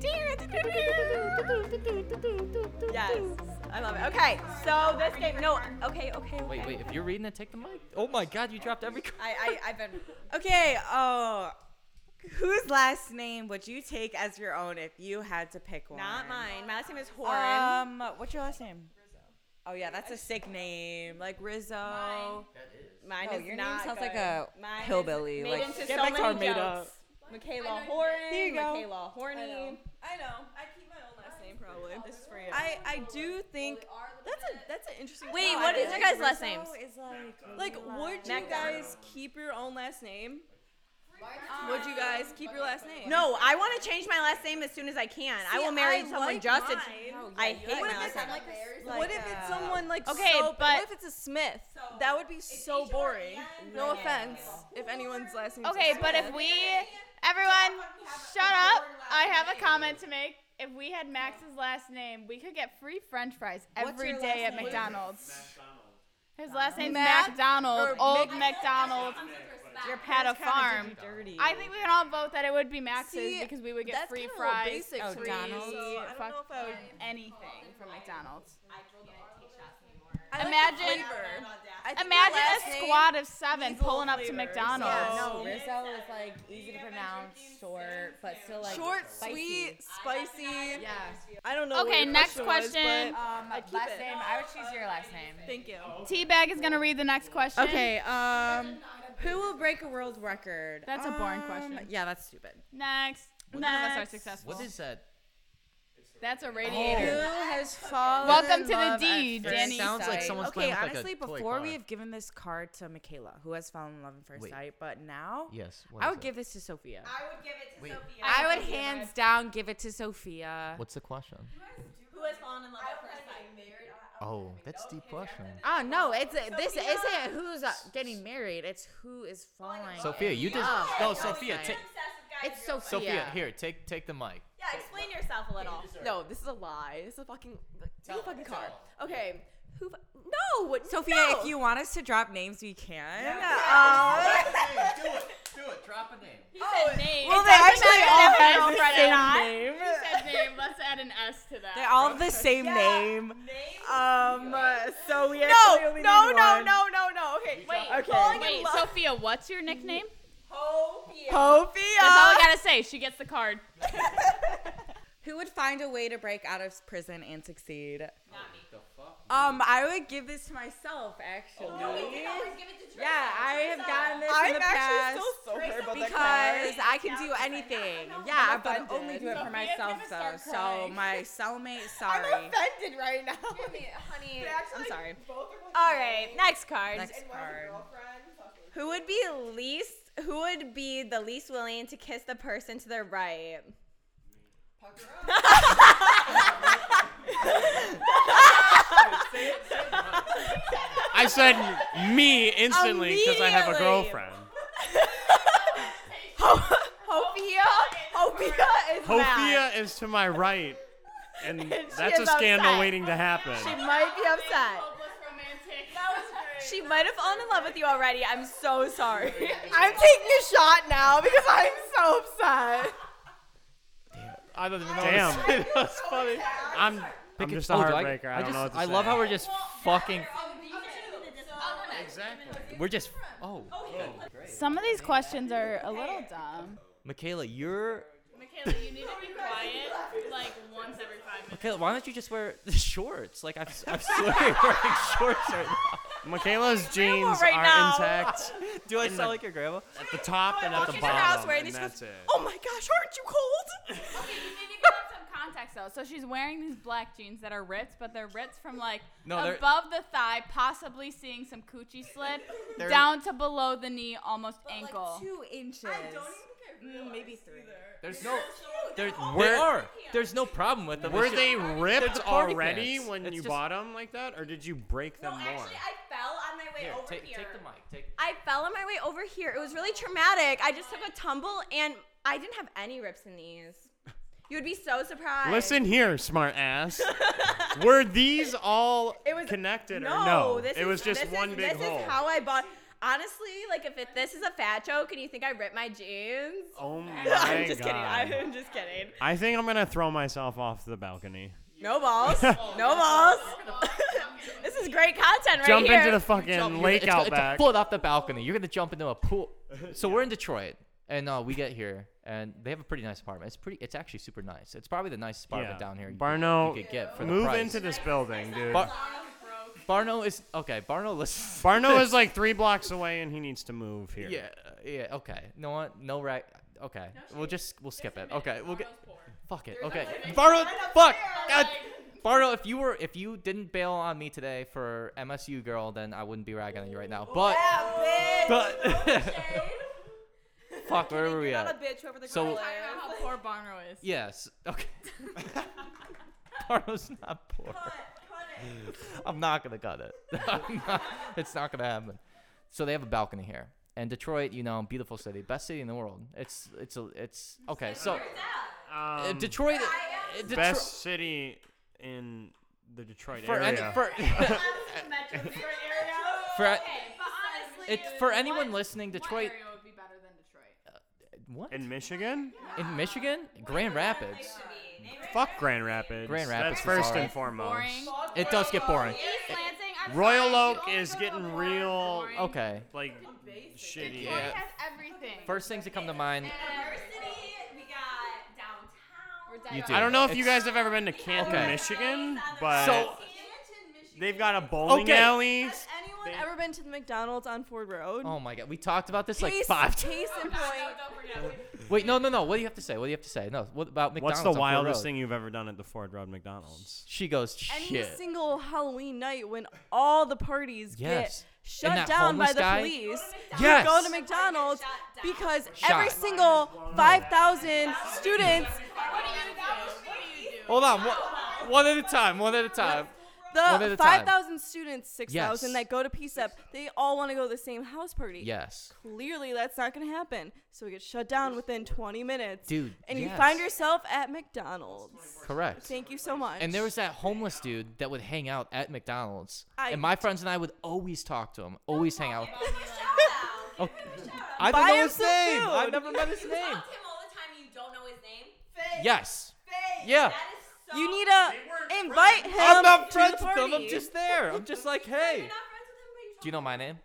D: Yes, I love it. Okay, so this game. No, okay, okay, okay.
E: Wait, wait. If you're reading it, take the mic. Oh my God! You dropped every. card.
D: I, I, I've been.
G: Okay, oh. Whose last name would you take as your own if you had to pick one?
D: Not mine. My last name is Horan.
G: Um, what's your last name? Rizzo. Oh yeah, that's a sick name. Like Rizzo.
D: Mine
G: Oh,
D: is
G: your name
D: not
G: sounds
D: good.
G: like a
D: Mine is
G: hillbilly,
D: Made
G: like,
D: into
G: get
D: so
G: back to
D: many
G: our made
D: jokes. Michaela Horan.
G: There you go.
D: Michaela Horny.
I: I know. I keep my own last name probably. This is for you.
G: I I do think that's a that's an interesting.
D: Wait,
G: thought.
D: what
G: I
D: is your
G: think
D: guys' last
G: Rizzo
D: names?
G: Is like,
I: Like, would you
D: Mac-
I: guys keep your own last name? Would you guys keep your last name?
D: No, I want to change my last name as soon as I can. I will marry
I: I
D: someone
I: like
D: just to.
I: mine.
D: I hate
I: What
D: my
I: if
D: last
I: it's
D: name.
I: what if it's
D: uh,
I: someone like
B: Okay,
I: so,
B: but-
I: what if it's a Smith? that would be so
D: E
I: boring. No offense, if anyone's last name.
B: Okay, but if we, everyone, shut up. I have a comment to make. If we had Max's last name, we could get free French fries every day at McDonald's. His last name's
I: Mac
B: McDonald,
I: or
B: old
I: Mc-
B: McDonald. Your had a farm.
G: dirty.
B: I think we can all vote that it would be Max's
I: See,
B: because we would get
I: that's
B: free
I: kinda a little
B: fries,
I: basic for
B: free
I: me, so I don't
B: fuck-
I: know if I would-
B: anything from McDonald's.
I: I like the
B: Imagine-
I: flavor. I think your
B: Imagine
I: last
B: a
I: name-
B: squad of seven
I: needs a
B: pulling
I: little
B: up to
I: flavor,
B: McDonald's.
I: so-
G: No, Rizzo is like easy to pronounce, short, but still like
I: Short,
G: spicy.
I: sweet, spicy.
G: Yeah.
I: I don't know. what
B: Okay,
I: your
B: next
I: was,
B: question.
I: but
G: Um, last
I: keep it.
G: name. I would choose your last name.
I: thank you.
B: Teabag is gonna read the next question.
G: Okay. Um, who will break a world record?
B: That's a boring
G: Um,
B: question.
G: Yeah, that's stupid.
B: Next.
E: None
B: Next.
E: What is that?
B: That's a
G: Who
B: radiator.
G: has fallen?
B: Welcome
G: in
B: to the
G: love
B: D,
G: at
E: It
G: first
B: Danny.
E: sounds like
G: sight?
E: someone's
G: okay,
E: playing with, like, a
G: honestly,
E: toy
G: before
E: car.
G: we have given this card to Michaela, who has fallen in love at first
E: Wait.
G: sight, but now
E: Yes. what
G: I
E: is
G: would
E: it?
G: give this to Sophia.
D: I would give it to
E: Wait.
D: Sophia.
G: I, would hands down give it to Sophia.
E: What's the question?
D: Who has fallen in love at first sight?
E: Oh, that's deep question.
G: Oh no, it's a, this isn't who's uh, getting married. It's who is falling.
E: Sophia, you just.
G: Oh,
E: no,
G: okay.
E: Sophia,
G: Okay.
E: take.
G: It's Sophia.
E: Sophia, here, take take the mic.
D: Yeah, explain yourself a little.
I: No, this is a lie. It's a fucking, it's a fucking car. Okay, who? fu- No,
G: Sophia,
I: no.
G: if you want us to drop names, we can. Uh,
I: Yeah.
G: Um,
E: do it, do it, Drop a name.
B: He said name.
G: Well, oh, they actually all have the
B: Friday night.
G: same name.
B: He said name. Let's add an S to that.
G: They all have the same name. Um. uh, So we
H: No,
G: actually only
H: no,
G: need
H: no,
G: one.
H: no, no, no. Okay.
B: Wait,
H: okay.
B: wait, Sophia, what's your nickname? That's all I
H: Sophia.
B: gotta say. She gets the card.
G: Who would find a way to break out of prison and succeed? Not me. Um, I would give this to myself actually. yeah, I have gotten this in
H: Oh, I'm actually
G: the past
H: still sober about that card.
G: because I can do anything. Yeah, but I only do it for
H: Sophia's
G: myself though. So my cellmate,
H: I'm
G: sorry.
H: offended right now.
D: Honey,
G: I'm sorry.
D: All right, next card.
G: Next card.
D: Who would be least? Who would be the least willing to kiss the person to their right?
F: I said me instantly because I have a
D: Immediately.
F: girlfriend.
H: Sophia. Sophia is mad.
F: Hofia is to my right, and that's
H: is
F: a scandal
H: upset.
F: waiting to happen.
H: She might be upset.
D: She might have fallen in love with you already. I'm so sorry.
H: I'm taking a shot now because I'm so upset.
E: I don't even know.
F: Damn,
E: That's funny.
F: I'm, I'm just a heartbreaker. I,
E: Oh, I
F: don't
E: just,
F: know what to
E: I
F: say.
E: love how we're just fucking. We're just. Oh.
B: Some of these questions are a little dumb.
E: Michaela, you're.
B: Michaela, you need to be quiet like once every five minutes.
E: Michaela, why don't you just wear the shorts? Like, I've, I've slowly wearing shorts right now.
F: Michaela's jeans
G: right
F: are
G: now.
F: intact
E: Do I
F: In
E: sound
F: the-
E: like your grandma?
F: at the top and at the
H: Walk into
F: bottom.
H: the house wearing
F: and
H: these
F: that's it.
H: Oh my gosh, aren't you cold?
B: Okay, you need to give them some context though. So she's wearing these black jeans that are ripped, but they're ripped from like
E: No, they're-
B: above the thigh, possibly seeing some coochie slid, down to below the knee, almost ankle.
G: two inches. I don't even care. maybe three.
E: There's no. There,
F: Were-
E: there are. There's no problem with them.
F: Were
E: It's just-
F: they ripped
E: party
F: already
E: pants.
F: when
E: It's
F: you
E: just-
F: bought them like that, or did you break them more?
D: I fell on my way
E: Here, take, take the mic. Take.
D: I fell on my way over here. It was really traumatic. I just took a tumble and I didn't have any rips in these. You would be so surprised.
F: Listen here, smart ass. Were these all
D: was-
F: connected
D: no,
F: or no?
D: This
F: it
D: is-
F: was just
D: this
F: one
D: is,
F: big
D: this
F: hole.
D: is how I bought. Honestly, like if it, this is a fat joke and you think I ripped my jeans,
F: oh my
D: I'm just
F: god!
D: kidding. I'm just kidding.
F: I think I'm gonna throw myself off the balcony.
D: No balls.
H: Oh,
D: no balls. this is great content right
F: Jump
D: here.
F: into the
E: Jump,
F: fucking
E: you're-
F: lake
E: it's, a-
F: out
E: it's a
F: back.
E: foot off the balcony. You're gonna jump into a pool. So we're in Detroit, and uh, we get here, and they have a pretty nice apartment. It's pretty. It's actually super nice. It's probably the nicest apartment down here. you could-
F: Barno,
E: you could get for the
F: move
E: price.
F: into this building, dude.
E: Bar- Barno is okay. Barno listens.
F: Barno is like three blocks away, and he needs to move here.
E: Yeah, yeah. Okay. No one. No right. Okay. we'll just we'll skip it. Okay. We'll get. Fuck it. Okay. Barno. Fuck. God. Barno, if you were if you didn't bail on me today for MSU girl, then I wouldn't be ragging on you right now. But. But. Fuck. Where were we at? So
B: How poor Barno is.
E: yes. Okay. Barno's not poor. I'm not gonna cut it. I'm not- it's not gonna happen. So they have a balcony here, and Detroit, you know, beautiful city, best city in the world. It's it's a, it's okay. So uh,
F: Um,
E: Detroit, uh, Detro-
F: best city in the Detroit
E: uh, for any,
F: area.
E: for, for it, for anyone listening, Detroit
B: area would be better than Detroit?
E: what
F: in Michigan?
E: in Michigan, Grand Rapids.
F: Fuck Grand Rapids.
E: Grand Rapids
F: That's
E: is
F: first
E: alright.
F: and foremost.
B: Boring.
E: It does get boring.
B: East Lansing. I'm sorry,
F: Royal
B: you
F: Oak
B: only
F: is
B: go to
F: getting
B: Aurora,
F: real-
B: boring.
E: Okay,
F: Like shitty.
B: Detroit has everything.
E: first things that come to mind.
B: We're done.
E: You do.
F: I don't know if you
E: It's-
F: guys have ever been to Canton,
E: Okay.
F: Michigan, but
E: So-
F: they've got a bowling
E: Okay.
F: alley.
H: Anyone ever been to the McDonald's on Ford Road?
E: Oh my god, we talked about this like
H: Case-
E: five times.
H: Case in point.
E: Wait, no, no, no. What do you have to say? What do you have to say? No, what about McDonald's?
F: What's the
E: on Fort
F: wildest
E: Road?
F: thing you've ever done at the Ford Road McDonald's?
E: She goes
H: Any
E: shit.
H: single Halloween night when all the parties
E: Yes.
H: get shut
E: that
H: down by
E: homeless
H: the
E: guy?
H: police,
E: Yes.
H: you go to McDonald's because every
E: Shot.
H: single 5,000 students,
E: Hold on, one, one at a time, one at a time. One at
H: the
E: a time.
H: 5,000 students, 6,000
E: Yes.
H: that go to PSEP, they all want to go to the same house party.
E: Yes.
H: Clearly, that's not going to happen. So we get shut down within 20 minutes.
E: Dude,
H: And you
E: yes.
H: find yourself at McDonald's.
E: Correct.
H: Thank you so much.
E: And there was that homeless dude that would hang out at McDonald's.
H: I-
E: and my friends and I would always talk to him, always hang out. Oh, I
H: Buy
E: don't know
H: him
E: his
H: some
E: name.
H: food.
E: I've never met his name.
D: him all the time and you don't know his name?
E: Yes. Yeah.
D: That is so
H: You need to invite him.
E: I'm
H: to
E: not friends
H: the
E: with him. I'm
H: party.
E: just there. I'm just like, hey. Do you know my name?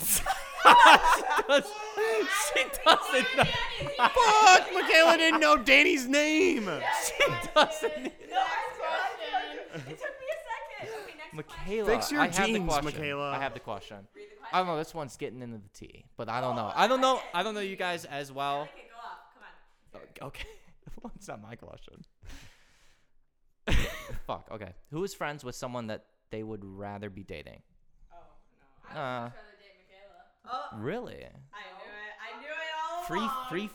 E: she does. She doesn't know.
F: Fuck, Michaela didn't know Danny's name.
E: She doesn't.
D: It took me a second. Okay, next
E: Michaela,
F: Fix your
E: I have the
F: jeans,
E: question.
F: Michaela.
E: I have the question. I don't know. This one's getting into the tea, but I don't
D: Oh,
E: know. I don't know. I don't know you guys as well.
D: Okay, go
E: Oh,
D: up. Come on.
E: Okay, well, it's not my question. Fuck. Okay, who is friends with someone that they would rather be dating? Oh no. Uh, Really?
D: I knew it. I knew it all.
E: Free,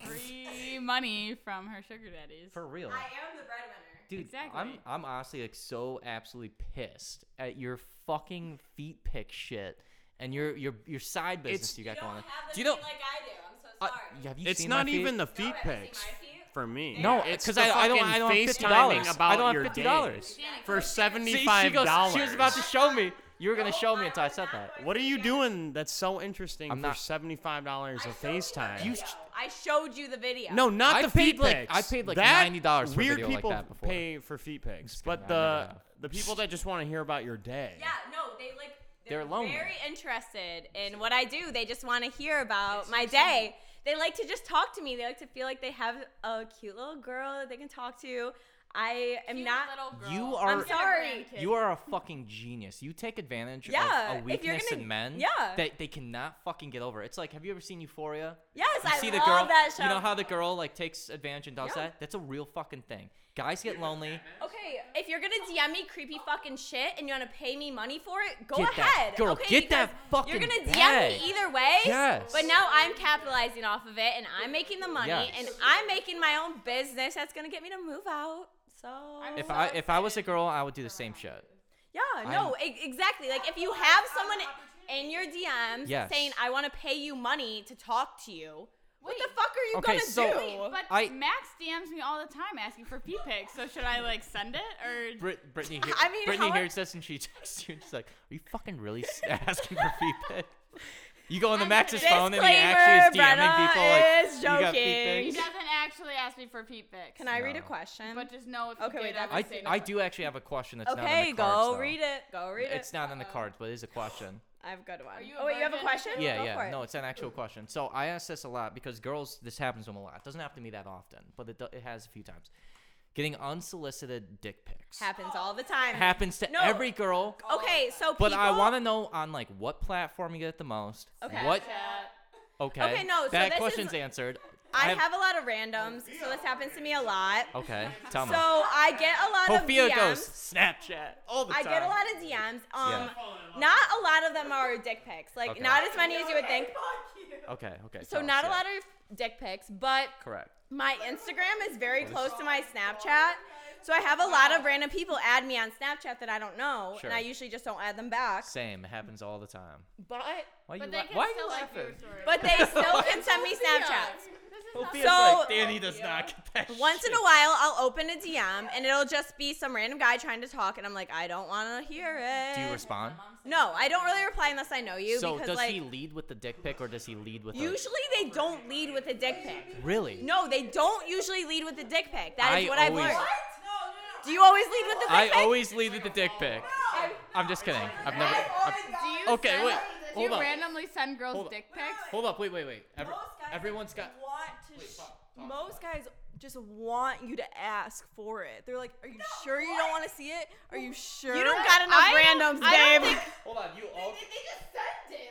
E: free,
B: Free money from her sugar daddies.
E: for real.
D: I am the bread winner.
E: Dude, I'm
B: Exactly.
E: I'm honestly like so absolutely pissed at your fucking feet pick shit and your your your side business
F: It's-
E: you got going. on.
D: Have the
E: Do you know?
D: feet like I do. I'm so
E: uh,
D: sorry.
E: have you
F: It's
E: seen
F: not
E: my feet?
F: even the feet
D: I've seen
F: pics
D: my feet.
F: for me.
E: no,
F: it's
E: because
F: the
E: I, I don't
F: fucking
E: I don't have fifty
F: FaceTiming
E: dollars.
F: about
E: I don't
F: your
E: have fifty
F: day.
E: dollars
F: for
E: See,
F: seventy
E: she
F: five
E: goes.
F: dollars.
E: She was about to show me. You were gonna show me until I said that.
F: What are you doing? That's so interesting.
E: I'm
F: for
E: not-
F: seventy five dollars of FaceTime.
E: You
D: I showed you the video.
F: no, not
E: I
F: the
E: paid
F: feet
E: like-
F: pics.
E: I paid like
F: That-
E: $90 for a
F: Weird
E: video like
F: people
E: that before.
F: pay for feet pics,
E: just
F: but
E: kidding, I
F: the
E: never have.
F: the people that just want to hear about your day.
D: Yeah, no, they like.
E: They're lonely.
D: Very interested in what I do. They just want to hear about my day. They like to just talk to me. They like to feel like they have a cute little girl that they can talk to. I am not.
E: You are
D: I'm sorry.
E: you are a fucking genius. You take advantage
D: Yeah,
E: of a
D: if you're
E: weakness
D: gonna-
E: in men
D: yeah.
E: that they cannot fucking get over. It's like, have you ever seen Euphoria?
D: Yes,
E: You
D: I
E: see the
D: love
E: girl.
D: that show.
E: You know how the girl like takes advantage and does
D: Yeah.
E: that? That's a real fucking thing. Guys get lonely.
D: Okay, if you're gonna DM me creepy fucking shit and you wanna pay me money for it, go
E: Get that-
D: ahead.
E: girl,
D: okay,
E: get that
D: because You're
E: fucking
D: gonna DM
E: bag.
D: me either way.
E: Yes.
D: But now I'm capitalizing off of it, and I'm making the money,
E: Yes.
D: and I'm making my own business that's gonna get me to move out. So
E: If I if I was a girl, I would do the same shit.
D: yeah, no, e- exactly. Like if you have someone in your DMs
E: Yes.
D: saying I want to pay you money to talk to you, what the fuck are you
E: Okay,
D: gonna
E: so-
D: do?
E: Wait,
B: But
E: I-
B: Max DMs me all the time asking for pee pics. So should I like send it or?
E: Brit- Brittany, hear-
D: I mean,
E: Brittany
D: how-
E: hears this and she texts you and she's like, "Are you fucking really s- asking for feet pics?" You go on the
B: I'm
E: Max's
B: kidding.
E: phone and he actually is DMing
D: Disclaimer,
E: people
D: Brenna
E: like,
D: is
E: "You got
D: joking."
E: feet
B: He
E: pics?"
B: doesn't actually ask me for pee pics.
D: Can I read a
E: No.
D: question?
B: But just know if you
D: Okay, wait,
B: did, I
D: that's-
B: would
E: I,
B: say
E: I
B: no.
E: do actually have a question that's not
D: okay,
E: in the cards,
D: go
E: though.
D: read it. Go read it.
E: It's not on the cards, but it is a question.
D: I have a good one.
B: you a
D: oh, wait, you have a
B: virgin?
D: question?
E: yeah,
D: Go
E: yeah.
D: For it.
E: No, it's an actual question. So I ask this a lot because girls, this happens to them a lot. It doesn't happen to me that often, but it, do- it has a few times. Getting unsolicited dick pics
D: happens all the time.
E: happens to
D: No.
E: every girl.
D: okay, so
E: But I
D: people-
E: want to know on like what platform you get it the most.
D: Okay.
E: What?
B: Snapchat.
E: Okay.
D: Okay, no, so
E: That
D: this is-
E: question's answered.
D: I have, a lot of randoms, so this happens to me a lot.
E: Okay. Tell me.
D: So I get a lot
E: Hofia
D: of DMs.
E: goes Snapchat all the
D: I
E: time.
D: get a lot of DMs. Um,
E: Yeah.
D: not a lot of them are dick pics. Like
E: Okay. Oh,
D: not as many as you would think.
E: Okay. Okay.
D: So
E: tell
D: not
E: us,
D: a
E: yeah.
D: lot of dick pics, but
E: Correct.
D: my Instagram is very close to my Snapchat. So I have a lot of random people add me on Snapchat that I don't know,
E: Sure.
D: and I usually just don't add them back.
E: Same. It happens all the time.
D: But
B: But
E: Why you?
B: they
E: la-
B: can
E: why
B: still
E: you
B: like
E: laughing?
B: your story.
D: but they still can send me Snapchats.
E: Hofia's
D: So-
E: like Danny does not get that.
D: Once
E: shit.
D: in a while, I'll open a DM and it'll just be some random guy trying to talk, and I'm like, I don't want to hear it.
E: Do you respond?
D: No, I don't really reply unless I know you
E: so
D: because
E: does
D: like
E: he lead with the dick pic or does he lead with? a,
D: usually they don't lead with a dick pic.
E: really?
D: No, they don't usually lead with a dick pic. That is
E: I
D: what I've
E: always-
D: learned. Do you always lead with the dick
E: I
D: pic?
E: always lead with the dick pic. I'm just kidding. I've never. I've-
B: Do you
E: Okay,
B: send-
E: wait,
B: Do
E: hold
B: you
E: on.
B: randomly send girls
E: Hold on.
B: dick pics?
E: hold up. Wait, wait, wait. Every, everyone's got.
H: want to sh- most guys just want you to ask for it. They're like, "Are you sure you don't want to see it? Are you sure?"
D: you don't got enough randoms,
B: I
D: babe.
B: don't
E: Hold on. You all.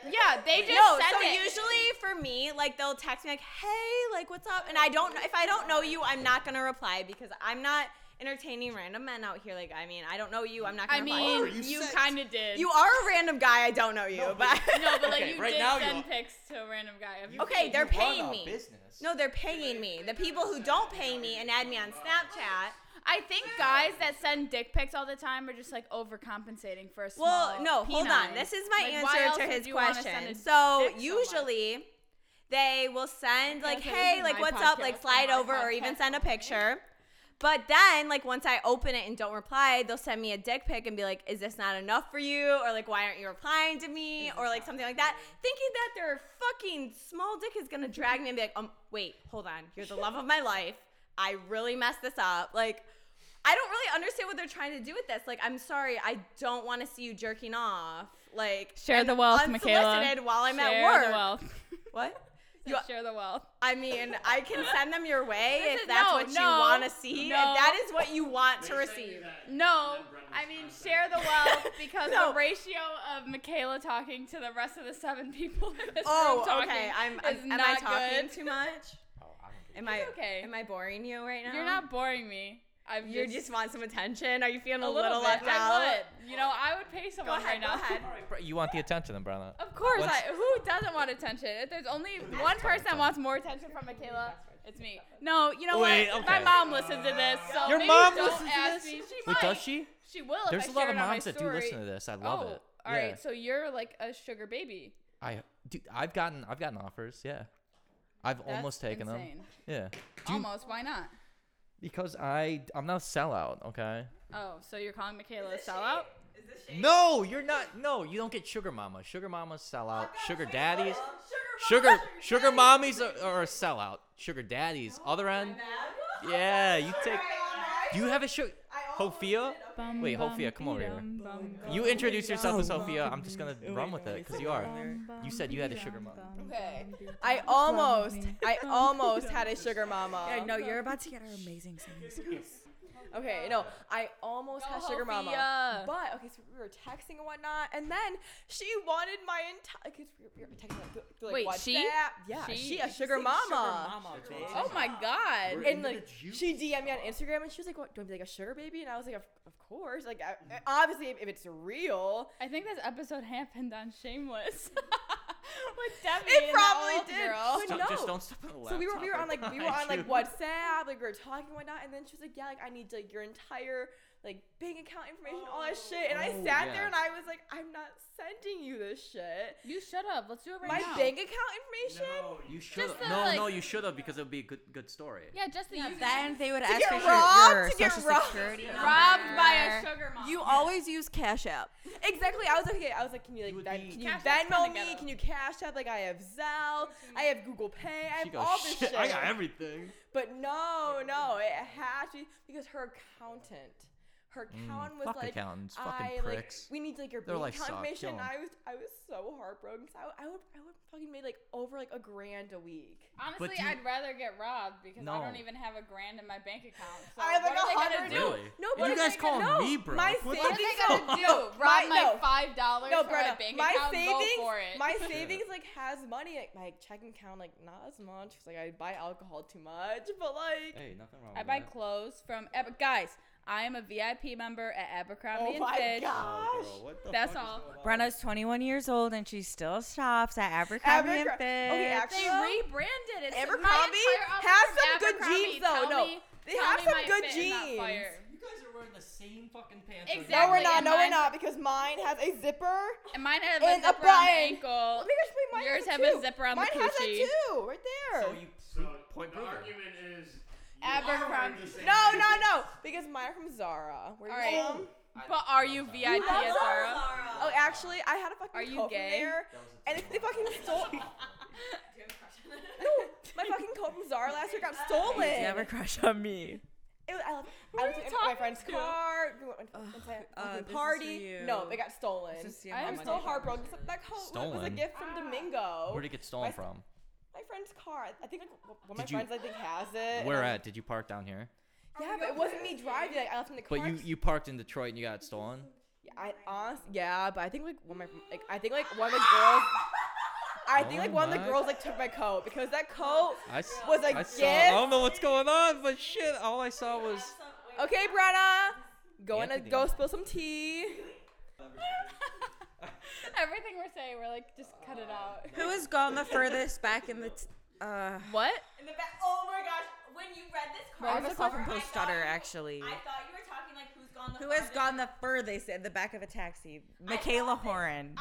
B: Yeah, they just
D: no,
B: send
D: so
B: it.
D: usually for me, like they'll text me like, "Hey, like what's up?" And I don't know if I don't know you, I'm not gonna reply because I'm not entertaining random men out here. Like, I mean, I don't know you, I'm not
B: I
D: gonna. reply.
B: mean, you, kind of did.
D: you are a random guy. I don't know you, but
B: no, but like
E: Okay,
B: you
E: right
B: did
E: now you
B: send
E: are.
B: pics to a random guy. Have you-
D: okay, they're
E: you run
D: paying
E: a
D: me.
E: Business.
D: No, they're paying me. The people who don't pay me and add me on Snapchat.
B: I think guys that send dick pics all the time are just like overcompensating for a small.
D: Well, no, hold on.
B: peanut.
D: This is my
B: Like, why else
D: answer to
B: would
D: his
B: you wanna send
D: question.
B: a
D: So
B: dick much?
D: usually they will send like,
B: Okay, this
D: hey,
B: is
D: like
B: my
D: what's up?
B: podcast,
D: Like
B: my
D: slide over or
B: podcast
D: even send a
B: only.
D: picture. But then, like, once I open it and don't reply, they'll send me a dick pic and be like, is this not enough for you? Or, like, why aren't you replying to me? Or, like, something like that. Thinking that their fucking small dick is gonna drag me and be like, um, wait, hold on. You're the love of my life. I really messed this up. Like, I don't really understand what they're trying to do with this. Like, I'm sorry, I don't wanna see you jerking off. Like,
B: Share
D: and
B: the wealth, Michaela.
D: unsolicited While I'm
B: Share
D: at work.
B: the wealth.
D: What?
B: Said
D: You-
B: share the wealth.
D: I mean, I can send them your way
B: This
D: if
B: is-
D: that's
B: no,
D: what you
B: no,
D: want to see.
B: no.
D: If that is what you want to
J: They sent you
D: receive.
J: that.
B: No,
J: And then Brenda's
B: I mean
J: contact.
B: share the wealth because
D: No.
B: the ratio of Michaela talking to the rest of the seven people in this room
D: Oh,
B: talking
D: okay. I'm,
B: is
D: I'm am
B: not
D: I talking
B: good.
D: too much? Am I
B: It's okay.
D: Am I boring you right now?
B: You're not boring me. I'm
D: You just, want some attention? Are you feeling a,
B: a
D: little, left
B: bit.
D: out?
B: I would. You know, I would pay
D: Go
B: someone right
D: ahead. Go
B: now.
D: ahead.
E: Br- You want the attention, then, Brenna.
B: Of course,
E: What's-
B: I, who doesn't want attention? If there's only one person that wants more attention from Michaela, it's me. No, you know
E: Oh, Wait,
B: what? My
E: okay.
B: mom listens to this, so
E: Your
B: maybe
E: mom
B: don't
E: listens to
B: ask
E: this?
B: me. She
E: Wait,
B: might.
E: does she?
B: She will.
E: There's
B: if
E: a
B: I
E: lot
B: share
E: of
B: it on my
E: moms that do
B: story.
E: listen to this. I love
B: oh,
E: it.
B: All
E: Yeah.
B: right, so you're like a sugar baby.
E: I dude, I've gotten I've gotten offers. Yeah, I've
B: That's
E: almost taken
B: insane.
E: them. Yeah, Do you-
B: Almost. Why not?
E: because I I'm not a sellout. Okay.
B: Oh, so you're calling Michaela a sellout?
E: No, you're not. No, you don't get sugar mama. Sugar mamas sell out. Sugar daddies. Sugar sugar mommies are, are a sellout. Sugar daddies. Other end. Yeah, you take. Do you have a sugar? Hofia? Wait, Hofia, come over here. You introduce yourself as Hofia. I'm just gonna run with it because you are. You said you had a sugar mama.
G: Okay. I almost, I almost had a sugar mama.
K: no, you're about to get our amazing singers.
G: Okay, no, I almost had sugar mama.
B: Sophia.
G: But okay, so we were texting and whatnot, and then she wanted my entire. Okay, so we were texting like, through, through, like
B: Wait, she?
G: WhatsApp. Yeah,
B: She?
G: she, a sugar mama.
B: Oh my god.
G: And like she DM'd
E: Oh.
G: me on Instagram, and she was like, "What? Do I be like a sugar baby?" And I was like, "Of, of course. Like I, obviously, if, if it's real,
B: I think this episode happened on Shameless with Debbie.
G: it
B: and
G: probably
B: the old
G: did.
B: Girl.
G: But
E: Don't-
G: no.
E: Just don't step on the
G: So we were we were on
E: laptop
G: like we were
E: behind
G: on like
E: you.
G: WhatsApp, like we were talking and whatnot, and then she was like, Yeah, like I need like your entire like bank account information, all that shit. And I
E: Oh,
G: sat
E: yeah.
G: there and I was like, I'm not sending you this shit.
B: You shut up. Let's do it right
G: My
B: now.
G: bank account information?
E: You should
B: the,
E: no
B: like-
E: no you should have because it would be a good good story.
B: Yeah, just the you
K: Then they would ask
G: get
K: for your,
G: robbed?
K: your
G: To get
K: social
G: robbed?
K: security
B: getting robbed by a
K: number.
B: sugar mom.
K: You always use Cash App.
G: Exactly. I was like, okay, I was like, can you like
E: would
G: Ven-
E: be-
G: can you
B: Cash App's
G: Venmo
B: kinda
G: me?
B: ghetto.
G: Can you Cash App? Like I have Zelle, I have Google Pay,
E: She
G: I have
E: goes,
G: all this shit.
E: shit, I got everything.
G: But no, no, it had to be because her accountant, her accountant was
E: Mm, fuck
G: like,
E: accountants, fucking
G: I like,
E: pricks.
G: we need like your
E: Their
G: bank
E: life
G: account
E: sucked,
G: information.
E: kill
G: And
E: 'em.
G: I was, I was so heartbroken. So I, I would, I would fucking made like over like a grand a week.
B: Honestly,
E: But do you-
B: I'd rather get robbed because I
E: No.
B: don't even have a grand in my bank account. So
G: I have
B: what
G: like a
B: are they
G: hundred.
B: gonna do?
E: Really?
G: No,
E: And
G: what
E: you
G: are
E: guys
G: they
E: calling
G: gonna-
E: me,
G: no,
E: bro.
G: My
E: What the
B: What are
G: savings
B: they gonna do?
G: No,
B: Rob
G: my-
B: my
G: no.
B: five dollars
G: No,
B: from my
G: Brenna,
B: bank
G: my
B: account?
G: savings,
B: Go for it.
G: my
E: Yeah.
G: savings like has money. Like my checking account, like not as much. 'cause, like I buy alcohol too much, but like
E: Hey, nothing wrong
B: I buy clothes from Aber- guys. I am a VIP member at Abercrombie
G: oh my
B: and Fitch.
G: gosh.
E: Oh,
B: That's all.
K: Brenna's 21 years old and she still shops at Abercrombie
G: Abercrombie.
K: and Fitch.
G: Okay,
B: They
G: oh, actually,
B: rebranded it.
G: Abercrombie
B: My entire outfit
G: has
B: from
G: some good
B: Abercrombie.
G: jeans, though.
B: Tell
G: No,
B: me-
G: they
B: tell
G: have
B: me
G: some
B: my
G: good
B: fit is not
G: jeans.
B: fire.
E: You guys are wearing the same fucking pants.
B: right
G: no, we're
B: Exactly,
G: not.
B: and
G: No, we're
B: mine-
G: not because mine has a zipper.
B: And mine had a
G: And a
B: zipper on the
G: button.
B: ankle.
G: Oh my gosh, wait, mine
B: Yours
G: has
B: have
G: it
B: a
G: too.
B: zipper on the
G: mine has that
B: coochie.
G: too, right there.
E: So you
J: So
E: point
J: the
E: proven.
J: argument is you
B: Abercrombie.
J: are wearing the same
G: no,
J: thing.
G: no, no, because mine are from Zara. Where
B: All
G: you
B: right.
G: from?
B: But are you VIP at Zara?
G: Oh, actually, I had a fucking
B: Are you
G: coat
B: gay?
G: from there, and if they fucking stole. no, my fucking coat from Zara last year got stolen.
K: Please never crush on me.
G: It was, I left, I left
B: are
G: it
B: you
G: in my
B: talking
G: friend's
B: to?
G: car. We went- went to a
K: uh,
G: fucking
K: this is for
G: party.
K: you.
G: No, it got stolen.
K: This is you,
G: I
K: how
G: am
K: much
G: so
K: it
G: heartbroken. That coat was a
E: Stolen?
G: gift
B: Ah.
G: from Domingo.
E: Where'd it get stolen
G: My-
E: from?
G: my friend's car. I- I think like, one of my
E: Did you-
G: friends I think has it.
E: Where
G: and I'm-
E: at? Did you park down here?
G: Yeah, but it wasn't me driving. Like, I left it in the car.
E: But you you parked in Detroit and you got it stolen.
G: Yeah, I honestly, yeah, but I think like one of my, like I think like one of the girls, I think like
E: Oh
G: one of the
E: my-
G: girls like took my coat because that coat
E: I s-
G: was a
E: I
G: gift.
E: saw. oh I don't know what's going on, but shit, all I saw was.
G: Okay, Brenna, go in and
E: Anthony.
G: go spill some tea.
B: Everything we're saying, we're like, just cut it out.
K: Who has gone the furthest back in the. T- uh,
B: What?
D: In the back. Oh my gosh. When you read this card,
K: I myself and post stutter, actually.
D: thought you were talking like who's gone the
K: Who has gone the furthest in the back of a taxi? Michaela Horan.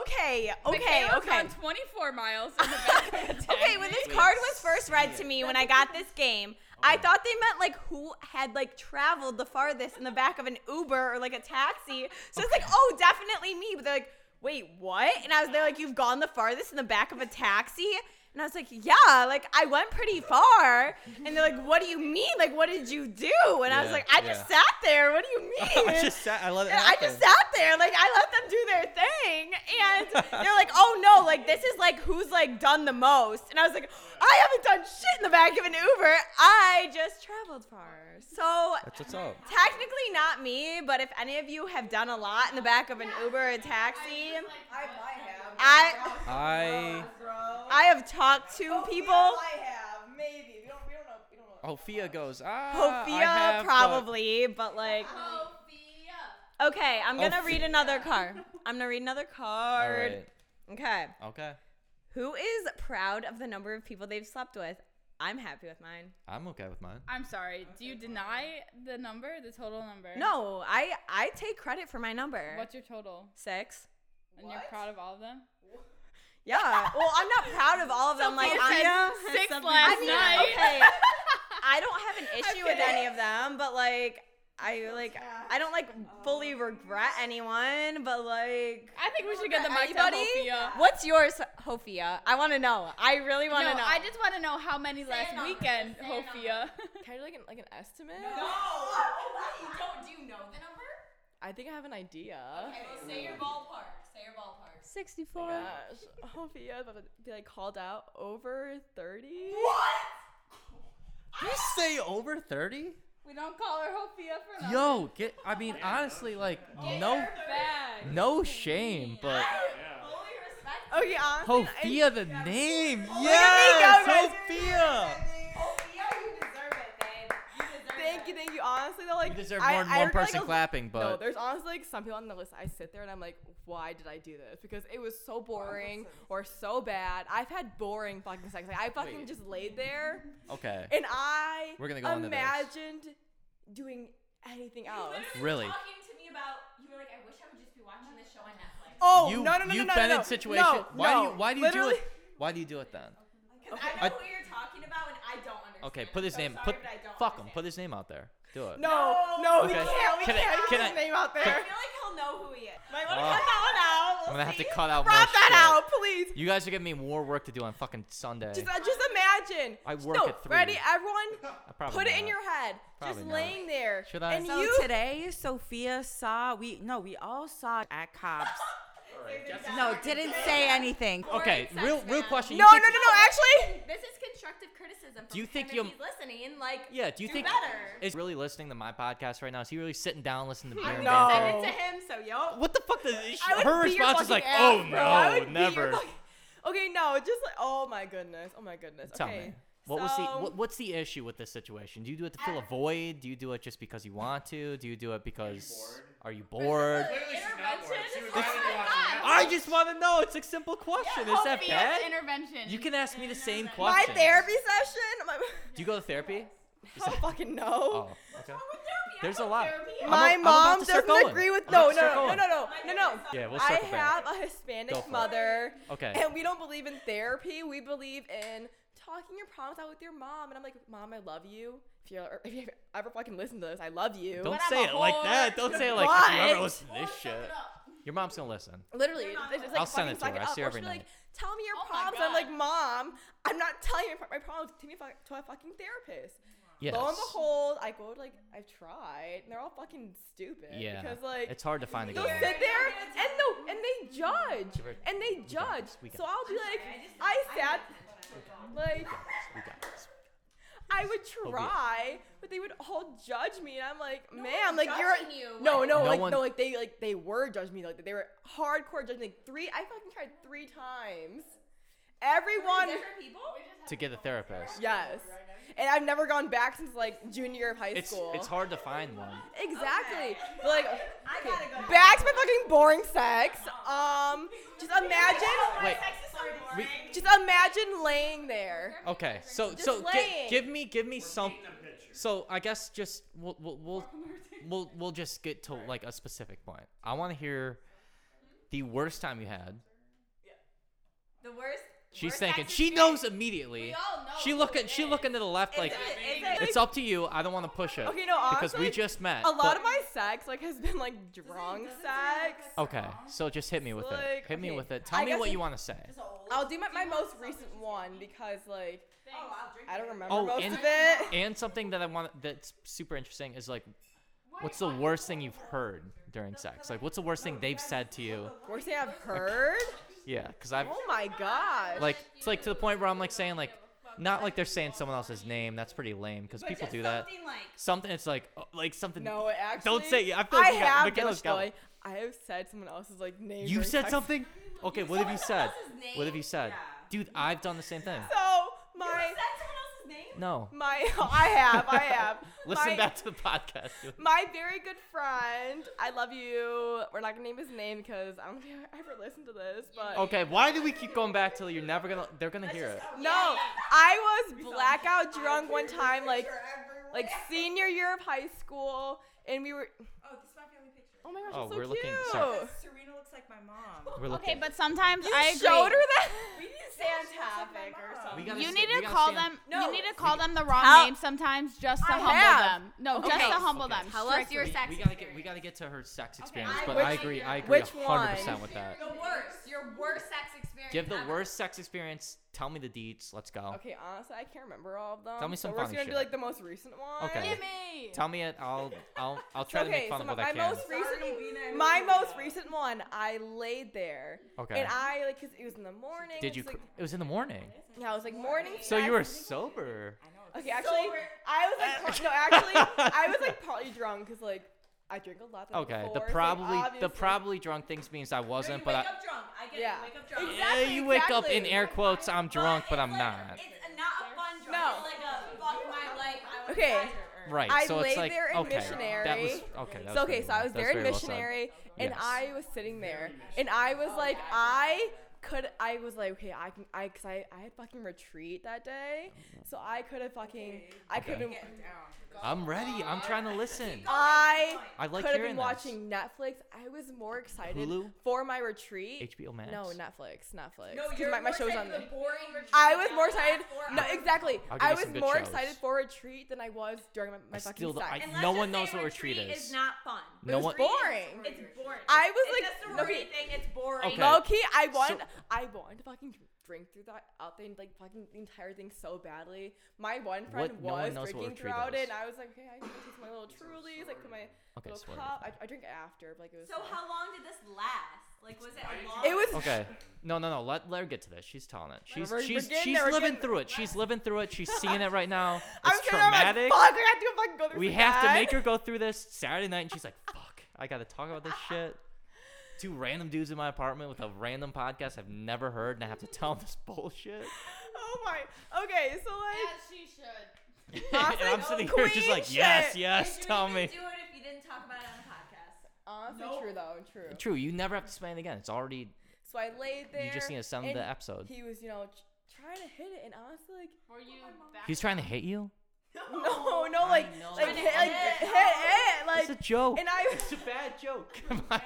G: Okay,
B: Okay, okay. 24 miles in the back of a
D: Okay,
B: taxi.
D: when this card was first read to me when I got this game, I thought they meant like who had like traveled the farthest in the back of an Uber or like a taxi. So it's like, oh, definitely me. But they're like, wait, what? And I was there like, you've gone the farthest in the back of a taxi. And I was like, yeah, like I went pretty far. And they're like, what do you mean? Like, what did you do? And I was
E: Yeah,
D: like, I just
E: yeah.
D: sat there. What do you mean?
E: I just sat. I let it
D: And I
E: happen.
D: just sat there, like I let them do their thing, and they're like, "Oh no, like this is like who's like done the most." And I was like, "I haven't done shit in the back of an Uber. I just traveled far." So
E: That's what's up.
D: technically not me, but if any of you have done a lot in the back of an Uber or a taxi,
G: I might have.
D: I
E: I.
D: I have talked to people.
G: have. Maybe. We don't. We don't know. We don't know.
E: Ophia goes. Ah, I
D: Hofia
E: have, but-"
D: probably, but like. Okay, I'm gonna read another card. I'm gonna read another
E: All
D: card.
E: right.
D: Okay.
E: Okay.
D: Who is proud of the number of people they've slept with? I'm happy with mine.
E: I'm okay with mine.
B: I'm sorry. Do you deny the number, the total number?
D: No, I I take credit for my number.
B: What's your total?
D: Six.
B: And you're proud of all of them?
D: Yeah. Well, I'm not proud of all of them. Like I'm,
B: Six last
D: I mean,
B: night.
D: okay. I don't have an issue with any of them, but like I like I don't like
B: Um,
D: fully regret anyone, but like
B: I think we should get the mic to
D: anybody.
B: Hofia.
D: What's yours, Hofia? I want to know. I really
B: No,
D: want to know.
B: I just want to know how many last weekend, Hofia.
L: Can I do like an, like an estimate?
G: don't. Do you know the number?
L: I think I have an idea.
G: well, say your ballpark. Say your ballpark.
L: 64. Oh Gosh, Hopia about to be like called out over 30.
M: You say over 30?
B: We don't call her Hofia for nothing.
M: Yo, get. I mean, honestly, like, no, no shame, but
D: okay, honestly,
M: Sophia, the name.
D: guys.
M: Yes, Sophia.
L: Thank you, thank you. Honestly, though, like
E: You deserve
L: I-
E: more than
L: I
E: one
L: heard, like,
E: person
L: a-
E: clapping,
L: no,
E: but
L: there's honestly like some people on the list. I sit there and I'm like, why did I do this? Because it was so boring or so bad. I've had boring fucking sex. Like I fucking
E: Wait.
L: just laid there
E: okay.
L: and I
E: We're gonna go into this.
L: imagined doing anything else.
E: Really?
G: to me about you were like, I wish I would just be watching this show on Netflix.
L: Oh
E: you,
L: no no no
E: you've
L: no no
E: been
L: no
E: in situation.
L: No,
E: why
L: no,
E: do you? Why do you
L: literally,
E: do it? Why do you do it then?
D: I
E: I-
D: know what you're talking about, and I don't understand.
E: Okay, put his name. Put fuck him. Put his name out there. Do it.
L: No no we
E: Okay.
L: can't we
E: Can I-
L: can't
E: can
L: put
E: I-
L: his name out there.
D: I feel like he'll know who he is. Might want to
E: Uh,
D: cut that one out.
E: I'm
D: We'll
E: gonna have
D: see.
E: to cut out more
L: Drop that
E: shit.
L: out, please.
E: You guys are giving me more work to do on fucking Sunday.
L: Just, uh, just imagine.
E: I
L: Just-
E: work
L: no,
E: at
L: Ready,
E: three.
L: everyone?
E: I probably
L: Put it in
E: not.
L: your head.
E: Probably
L: just
E: not.
L: laying there.
E: Should I?
L: And
G: So
L: you.
G: today, Sophia saw we no, we all saw at cops. no, didn't say anything.
E: Okay,
D: Sex
E: real real
D: man.
E: question.
L: Oh, No, no, no, no. Actually,
D: This is constructive criticism.
E: Do you
D: from
E: think
D: him if
E: you'll-
D: he's listening? Like,
E: Yeah, do you
D: do
E: think
D: better?
E: is really listening to my podcast right now? Is he really sitting down listening to Beer?
L: No.
D: Send it to him. So yo.
E: What the fuck? Does,
L: I would
E: her
L: beat your
E: response is
L: fucking
E: like,
L: ass,
E: oh
L: bro. I would
E: no,
L: beat your
E: never.
L: fucking- Okay, no. Just like, oh my goodness. Oh my goodness.
E: Tell
L: okay.
E: me. What was the
L: so-
E: what, what's the issue with this situation? Do you do it to fill a void? Do you do it just because you want to? Do you do it because are you bored?
C: Clearly she's not bored. She was
E: This-
C: lying to watch Netflix.
E: I just want to know. It's a simple question. is that bad?
B: Hofia's intervention.
E: You can ask me the same
L: My
E: question.
L: therapy session. My,
E: Do you go to therapy?
L: I don't fucking know.
E: Oh, okay. There's a lot. I'm a-
L: My
E: I'm about
L: mom
E: to start
L: doesn't
E: going.
L: agree with
E: I'm about
L: no,
E: to start
L: no, no, no,
E: going.
L: no, no, no.
E: Yeah, we'll
L: I
E: circle back.
L: have a
E: Go
L: Hispanic
E: for it.
L: mother,
E: Okay.
L: and we don't believe in therapy. We believe in talking your problems out with your mom. And I'm like, Mom, I love you. If you are if you ever fucking listen to this, I love you.
E: Don't say it like that. Don't say it like
L: What?
E: whoever listens to this shit. Your mom's gonna listen.
L: Literally, it's just like
E: I'll send
L: fucking
E: it to her.
L: suck
E: I
L: up.
E: see her
L: Or
E: every
L: she'll be
E: night.
L: Like, tell me your
B: Oh my
L: problems. I'm like,
B: God.
L: Mom, I'm not telling you my problems. Take me fuck- to a fucking therapist.
E: Yes.
L: Lo and behold, I go to like I've tried, and they're all fucking stupid.
E: yeah.
L: Because like
E: it's hard to find a good
L: They'll
E: one.
L: sit there and no, and they judge,
E: her-
L: and they judge.
E: this, we got
L: So I'll be like, I sat, like
E: We got this.
L: I would
E: Oh, yeah.
L: try, but they would all judge me, and I'm like, man, like you're
D: judging you,
L: no, no,
E: No
L: like
E: one-
L: no, like they like they were judging me, like they were hardcore judging. Like three, I fucking tried three times. Everyone,
E: To get a therapist.
L: yes, and I've never gone back since like junior of high
E: It's
L: school.
E: it's hard to find one.
L: Exactly. But, Like, I gotta go. Back to my fucking boring sex. Um, just imagine.
E: Wait. We,
L: Just imagine laying there.
E: okay. So so gi-
L: laying.
E: give me give me some. So I guess just we'll we'll we'll we'll, we'll just get to like a specific point. I want to hear the worst time you had.
D: The worst
E: She's
N: We're
E: thinking.
N: sexist
E: She
N: bitch.
E: knows immediately.
N: We all know
E: she looking. She looking to the left like
D: it-
E: it's up to you. I don't want to push it.
D: Okay, no, honestly,
E: because we just met.
D: A lot
E: but-
D: of my sex like has been like drunk sex.
E: Okay, so just hit me with it.
D: like,
E: Hit me
D: okay,
E: with it.
D: I
E: Tell me
D: guess
E: what
D: it-
E: you want to say.
D: I'll do my, my most recent one because like I don't remember
E: Oh,
D: most
E: and,
D: of it.
E: and something that I want that's super interesting is like, what's the worst thing you've heard during sex? Like, what's the worst thing they've said to you?
D: Worst thing I've heard.
E: Yeah, because I've
D: Oh my gosh.
E: like it's like to the point where I'm like saying like, not like they're saying someone else's name. That's pretty lame because
D: But
E: people
D: just
E: do that.
D: something like-
E: something it's like oh, like something.
D: no, it actually.
E: don't say. it. I feel like you got-
D: have
E: Michaela's
D: done
E: got
D: it,
E: one.
D: like, I have said someone else's like name.
E: You
D: during
E: said
D: sex.
E: something. Okay, what have you said? What have you said? Dude, I've done the same thing.
D: So my.
E: No.
D: My I have I have.
E: Listen
D: my,
E: back to the podcast. dude.
D: My very good friend, I love you. We're not gonna name his name because I don't think I ever listened to this, but
E: Okay, why do we keep going back till you're never gonna? They're gonna hear it.
D: No, I was blackout drunk one time, like like senior year of high school, and we were.
G: Oh, this is my family picture.
D: Oh my gosh,
E: Oh,
D: it's so
E: we're
D: cute.
E: looking- sorry.
G: Serena looks like my mom.
E: We're looking.
B: Okay, but sometimes
D: You
B: I agree.
D: showed her that?
G: We need to stay on topic or
E: We
G: something.
E: gotta
B: You
E: stay-
B: need
E: we
B: to
E: gotta
B: call
E: stay on-
B: them. You need to call them the wrong
D: How-
B: name sometimes, just to
D: I
B: humble
D: have.
B: them. No,
D: Okay.
B: just to humble
E: Okay.
B: them.
E: Tell
B: us your
E: We- we, gotta get we gotta get to her sex experience, but I agree I agree
D: Which one?
E: 100 percent with that.
N: The worst, your worst sex experience.
E: Give the worst sex experience. Tell me the deets. Let's go.
D: Okay, honestly, I can't remember all of them.
E: Tell me some
D: so we're
E: funny
D: just gonna
E: shit.
D: do like the most recent one.
E: Okay. Tell me it. I'll I'll I'll try
D: okay,
E: to make fun
D: so
E: of
D: my,
E: what I
D: my
E: can.
D: most recent, my most recent one, I laid there.
E: Okay.
D: And I like, cause it was in the morning.
E: Did you?
D: It's
E: cr-
D: like,
E: it was in the morning.
D: yeah, it was like morning.
E: So you were
D: sex.
E: sober.
D: Okay, actually, I was like, par- no, actually, I was like partly drunk because like I drink a lot. the night
E: Okay.
D: before, so,
E: The
D: like,
E: probably the
D: obviously-
E: probably drunk things means I wasn't, but I,
G: drunk. I get
D: Yeah.
G: wake up
E: Yeah,
D: Exactly,
E: you wake up in
D: exactly.
E: air quotes. I'm drunk, but I'm not.
G: It's not a fun drunk.
D: No.
G: It's like a fuck my life. I would
D: Okay.
G: die.
E: Right.
D: I
E: so it's
D: laid
E: like
D: there in
E: okay.
D: missionary.
E: That was okay. That was
D: so okay,
E: very
D: so
E: well-
D: I was
E: that
D: there in
E: very well said.
D: missionary, and
E: Yes.
D: I was sitting there, and I
G: Oh
D: was like, I could, I was like, okay, I can, I, cause I, I had fucking retreat that day, so I could have fucking, I
E: Oh. Okay.
D: could have,
E: I'm ready. I'm trying to listen.
D: I,
E: I like
D: could have
E: hearing
D: been
E: this.
D: watching Netflix. I was more excited
E: Hulu?
D: for my retreat.
E: HBO Max.
D: No, Netflix, Netflix.
G: No,
D: 'cause
G: you're
D: my, my
G: more
D: show's on
G: excited for
D: there.
G: the boring retreat.
D: I was
G: than
D: more
G: the last
D: excited.
G: four
D: No,
G: hours.
D: exactly.
E: I'll give
D: I
E: you some
D: was
E: good
D: more
E: shows.
D: excited for retreat than I was during my, my
E: I
D: fucking
E: still don't-
D: sex.
E: I-
G: Let's
E: no
G: just
E: one
G: say
E: knows what retreat is.
G: is not fun.
E: No one-
D: boring.
G: It's boring.
D: I was
G: it's
D: like-
G: a sorority
D: okay.
G: thing. It's boring.
E: Okay.
D: Low key, I want,
E: So-
D: I wanted to fucking drink through that out there and like fucking the entire thing so badly. My one friend
E: no one
D: was
E: knows what
D: drinking
E: retreat
D: throughout
E: is.
D: it, and I was like, okay, I need to take my little Trulies, like put my
E: Okay,
D: little
E: sorry.
D: cup. I, I drink after, but, like it was.
G: So
D: fine.
G: how long did this last? Like, was it a long?
D: It was.
E: Okay. No, no, no. Let let her get to this. She's telling it. She's
D: We're- we're
E: she's
D: getting
E: she's
D: there, we're
E: living
D: getting-
E: through it. She's living through it. She's seeing it right now.
D: I'm
E: It's
D: sitting there, I'm like,
E: traumatic.
D: Fuck, I have to fucking go through
E: we
D: this
E: have to
D: again."
E: make her go through this Saturday night, and she's like, "Fuck, I gotta talk about this shit." Two random dudes in my apartment with a random podcast I've never heard, and I have to tell them this bullshit.
D: Oh my. Okay, so like.
B: she should.
E: and
D: Honestly,
E: I'm sitting here just
D: queen
E: like, "Yes,
D: shit."
E: yes, tell me."
G: Do it if you didn't talk about it on the podcast.
D: Honestly, true though, true.
E: True, you never have to explain it again. It's already
D: So I laid there.
E: You just need to send
D: and
E: the episode.
D: He was, you know, ch- trying to hit it, and honestly, like,
B: Were you back?
E: He's trying to hit you.
D: no, Oh, no, like, like, hit, like, hit it, like.
E: It's a joke.
D: and I was,
E: It's a bad joke. Come on.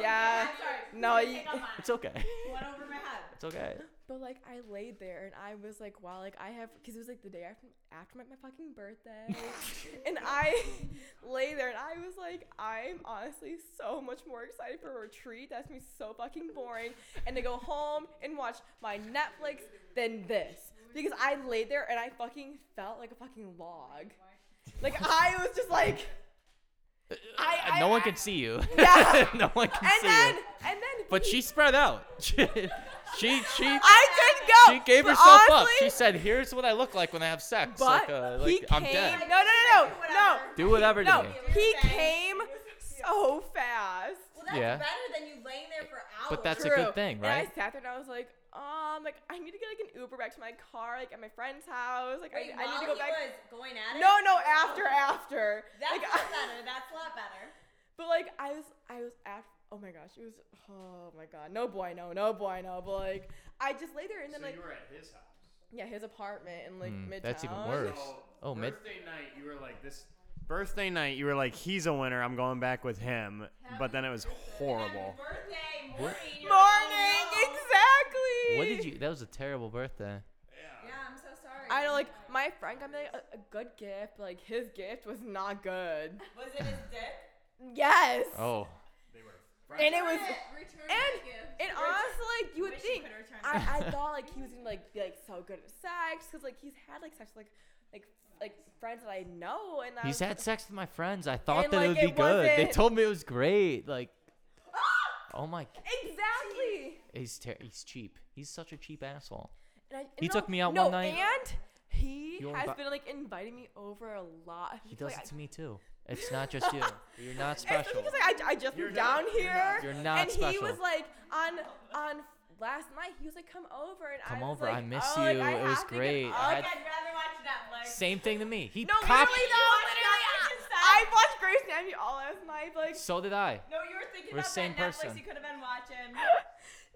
D: yeah, no, you,
E: It's okay.
G: Went over my head.
E: It's okay.
D: but like I laid there and I was like, wow, like I have, cause it was like the day after after my, my fucking birthday, and I lay there and I was like, I'm honestly so much more excited for a retreat. That's gonna be so fucking boring, and to go home and watch my Netflix than this because I laid there and I fucking felt like a fucking log, like I was just like. I, I,
E: Uh, no one can see you.
D: Yeah.
E: no one can
D: and
E: see
D: then
E: you.
D: and then
E: But she spread out. she she
D: I did go.
E: she gave
D: but
E: herself up.
D: honestly-
E: She said, "Here's what I look like when I have sex.
D: but
E: like, uh, like
D: he
E: I'm
D: came.
E: dead.
D: No, no, no, no,
E: Do whatever
D: no,
E: to
D: no.
E: me."
D: He came so fast.
G: Well, that's
E: Yeah.
G: better than you laying there for hours.
E: But that's
D: True.
E: a good thing,
D: And
E: right?
D: I sat there and I was like, um, like I need to get like an Uber back to my car, like at my friend's house. Like
G: Wait,
D: I, I need to go
G: while he
D: back.
G: Was going at it?
D: No, no, after, after.
G: That's
D: like,
G: a lot better. That's a lot better.
D: But like I was I was at oh my gosh, it was oh my god. No boy no, no boy no, but like I just lay there and then
F: So
D: like
F: you were at his house.
D: yeah, his apartment in like
E: Mm,
D: midtown.
E: that's even worse.
F: So
E: Oh, mid-
F: birthday night, you were like this. Birthday night, you were like, he's a winner. I'm going back with him. But then it was horrible.
G: Birthday,
E: What?
G: morning.
D: Morning, exactly.
E: What did you? you. That was a terrible birthday.
O: Yeah, I'm so sorry.
D: I know, like my friend got me like a, a good gift. but, Like his gift was not good.
O: Was it his dick?
D: Yes.
E: Oh.
D: And it was,
O: Return
D: and and
O: Return-
D: honestly, like you would
O: Wish you
D: think,
O: could return
D: I,
O: it.
D: I thought like he was gonna like be like so good at sex because like he's had like sex with, like like like friends that I know and I was,
E: He's had sex with my friends. I thought
D: And,
E: that
D: like,
E: it would be
D: it
E: good. They
D: wasn't-
E: told me it was great. Like, oh my, g-
D: exactly.
E: he's ter- he's cheap. He's such a cheap asshole.
D: And I, and
E: He
D: no-
E: took me out
D: no,
E: one night.
D: and he
E: You
D: has
E: invi-
D: been like inviting me over a lot.
E: He does
D: like,
E: it to me too. It's not just you. You're not
D: It's
E: special.
D: because like, I, I just moved down here.
E: You're not
D: and he
E: special.
D: was like on on last night. He was like, "Come over," and
E: Come
D: I was
E: over.
D: Like,
E: I miss
D: oh, like,
E: you.
D: I
E: it was
D: have to get
E: great.
D: up.
E: I
D: Like,
E: had-
D: I-
O: rather watch Netflix.
E: same thing to me. He
D: no,
E: copied.
D: literally though.
O: watched
D: Literally,
O: Netflix instead.
D: I, I watched Grace Anatomy all last night. Like,
E: So did I.
O: No, you were thinking about
E: We're same
O: that Netflix
E: person.
O: you could have been watching.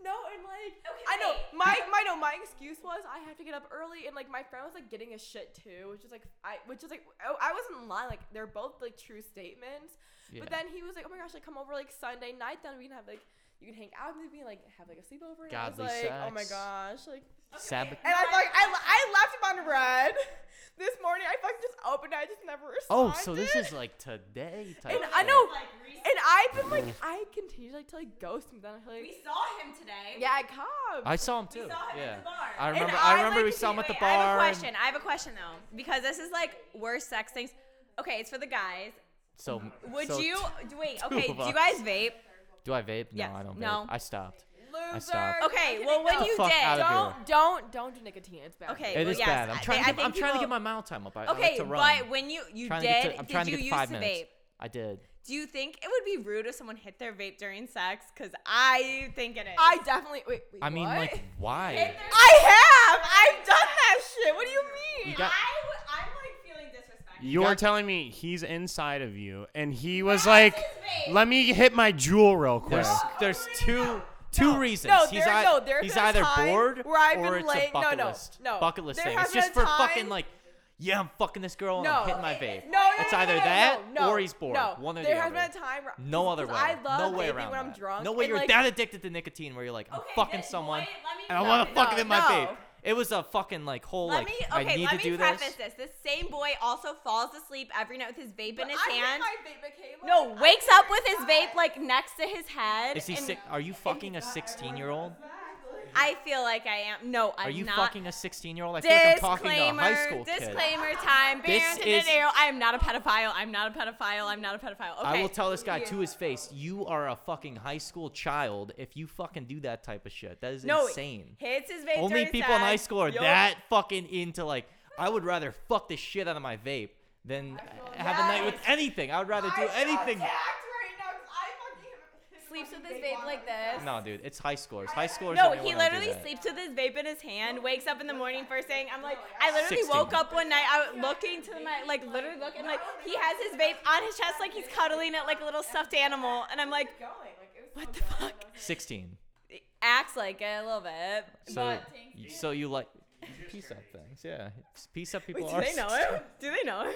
D: no, and like,
O: Okay,
D: I know
O: wait.
D: my my no my excuse was I have to get up early, and like my friend was like getting a shit too, which is like I which is like oh, I wasn't lying. Like they're both like true statements.
E: Yeah.
D: But then he was like, "Oh my gosh, like come over like Sunday night, then we can have like." You can hang out with me, like have like a sleepover. And
E: Godly
D: I was like, oh my
E: sex.
D: gosh, like
E: Sab-
D: And I like I, I left him on red this morning. I fucking just opened it. I just never
E: oh,
D: responded.
E: so this is like today type.
D: And I
E: shit.
D: know. And I've been like I continue like to like ghost him. Then I
O: We
D: like
O: saw him today.
D: yeah, I come.
E: I saw him too.
O: We saw him
E: yeah.
O: at the bar.
E: I remember.
G: And
E: I
G: I,
E: remember
G: like,
E: we saw him at the
G: wait,
E: bar.
G: I have a
E: and-
G: question. I have a question though, because this is like worst sex things. Okay, it's for the guys.
E: So
G: Would
E: so
G: you
E: t-
G: wait?
E: two
G: Okay, do
E: of
G: you
E: us.
G: guys vape?
E: Do I vape? No,
G: Yes.
E: I don't vape.
G: No.
E: I stopped. I
D: Loser.
E: stopped.
G: Okay, well when
E: the
G: you
E: fuck
G: did,
E: outta here.
D: Don't don't don't do nicotine. It's bad.
G: Okay,
E: It
G: well,
E: is
G: yes,
E: bad. I'm
G: I-
E: trying.
G: I
E: to, get-
G: think
E: I'm trying to
G: people-
E: get my mile time up. I, I like
G: Okay,
E: to run.
G: but when you you
E: Trying
G: did,
E: to get to- I'm
G: did
E: trying to
G: you
E: get to
G: use
E: five
G: to
E: minutes.
G: vape?
E: I did.
G: Do you think it would be rude if someone hit their vape during sex? Cause I think it is.
D: I definitely wait. wait
E: I mean,
D: what?
E: like, why?
O: If
D: I have. I've done that shit. What do you mean?
E: You got-
O: I w- I'm like feeling disrespected.
F: You're
E: got-
F: telling me he's inside of you, and he was
O: That's
F: like,
O: his face.
F: "Let me hit my jewel real quick."
E: There's, there's two two reasons.
D: No,
E: he's
D: there-
E: ei-
D: no, there has
E: he's
D: been a
E: either
D: time
E: bored
D: where I've
E: or
D: been
E: it's
D: late-
E: a
D: no,
E: bucket
D: no,
E: list.
D: no.
E: Bucket list
D: There
E: thing.
D: has
E: It's just
D: been
E: for
D: a
E: fucking
D: time-
E: like, yeah, I'm fucking this girl and
D: No.
E: I'm hitting my vape.
D: No, no,
E: It's
D: no, no,
E: either
D: no, no,
E: that
D: Oh, no,
E: or he's bored.
D: No,
E: One or
D: there
E: the
D: has
E: other.
D: been a time. Where,
E: No other way.
D: because I love
E: no way
D: vaping
E: around
D: when I'm
E: that.
D: drunk.
E: No way.
D: and,
E: You're
D: like,
E: that addicted to nicotine where you're like, I'm
O: Okay,
E: fucking
O: this
E: someone,
O: boy- let me
E: and I
O: know.
E: want to fuck it in my
G: no.
E: vape. It was a fucking like whole
G: Let
E: like
G: me
E: I
G: okay.
E: need
G: Let
E: to do
G: me preface
E: this.
G: this. this. same boy also falls asleep every night with his vape in
D: But
G: his
D: I hit
G: hand.
D: my vape, okay? Like,
G: No,
D: I
G: wakes
D: hit
G: up
D: my
G: with his
D: side.
G: vape like next to his head.
E: Is he
G: and
E: sick? Are you fucking a 16 year old?
G: I feel like I am. No, I'm
E: Are you
G: not.
E: fucking a 16 year old? I feel like I'm talking to a
G: disclaimer.
E: high school kid.
G: disclaimer time.
E: This
G: This
E: is-
G: I am not a pedophile. I'm not a pedophile. I'm not a pedophile. Okay.
E: I will tell this guy to his face, you are a fucking high school child if you fucking do that type of shit. That is
G: No,
E: insane.
G: Hits his vape.
E: Only
G: during
E: people in high
G: sex.
E: school are
G: Yup.
E: that fucking into like, I would rather fuck the shit out of my vape than have a night with anything. I would rather do anything.
G: Sleeps with his vape like this.
E: No, dude, it's high schoolers. High schoolers.
G: No,
E: don't
G: he
E: wanna do
G: literally
E: that.
G: sleeps with his vape in his hand, wakes up in the morning first thing. I'm like, I literally
E: 16.
G: woke up one night, I was looking to my, like, literally looking, like, he has his vape on his chest, like he's cuddling it like a little stuffed animal. And I'm like, what the fuck?
E: 16.
G: Acts like it a little bit.
E: So,
G: But
E: you- so you like peace up things, yeah. Peace up people
G: Wait,
E: are.
G: do they know him? Do they know him?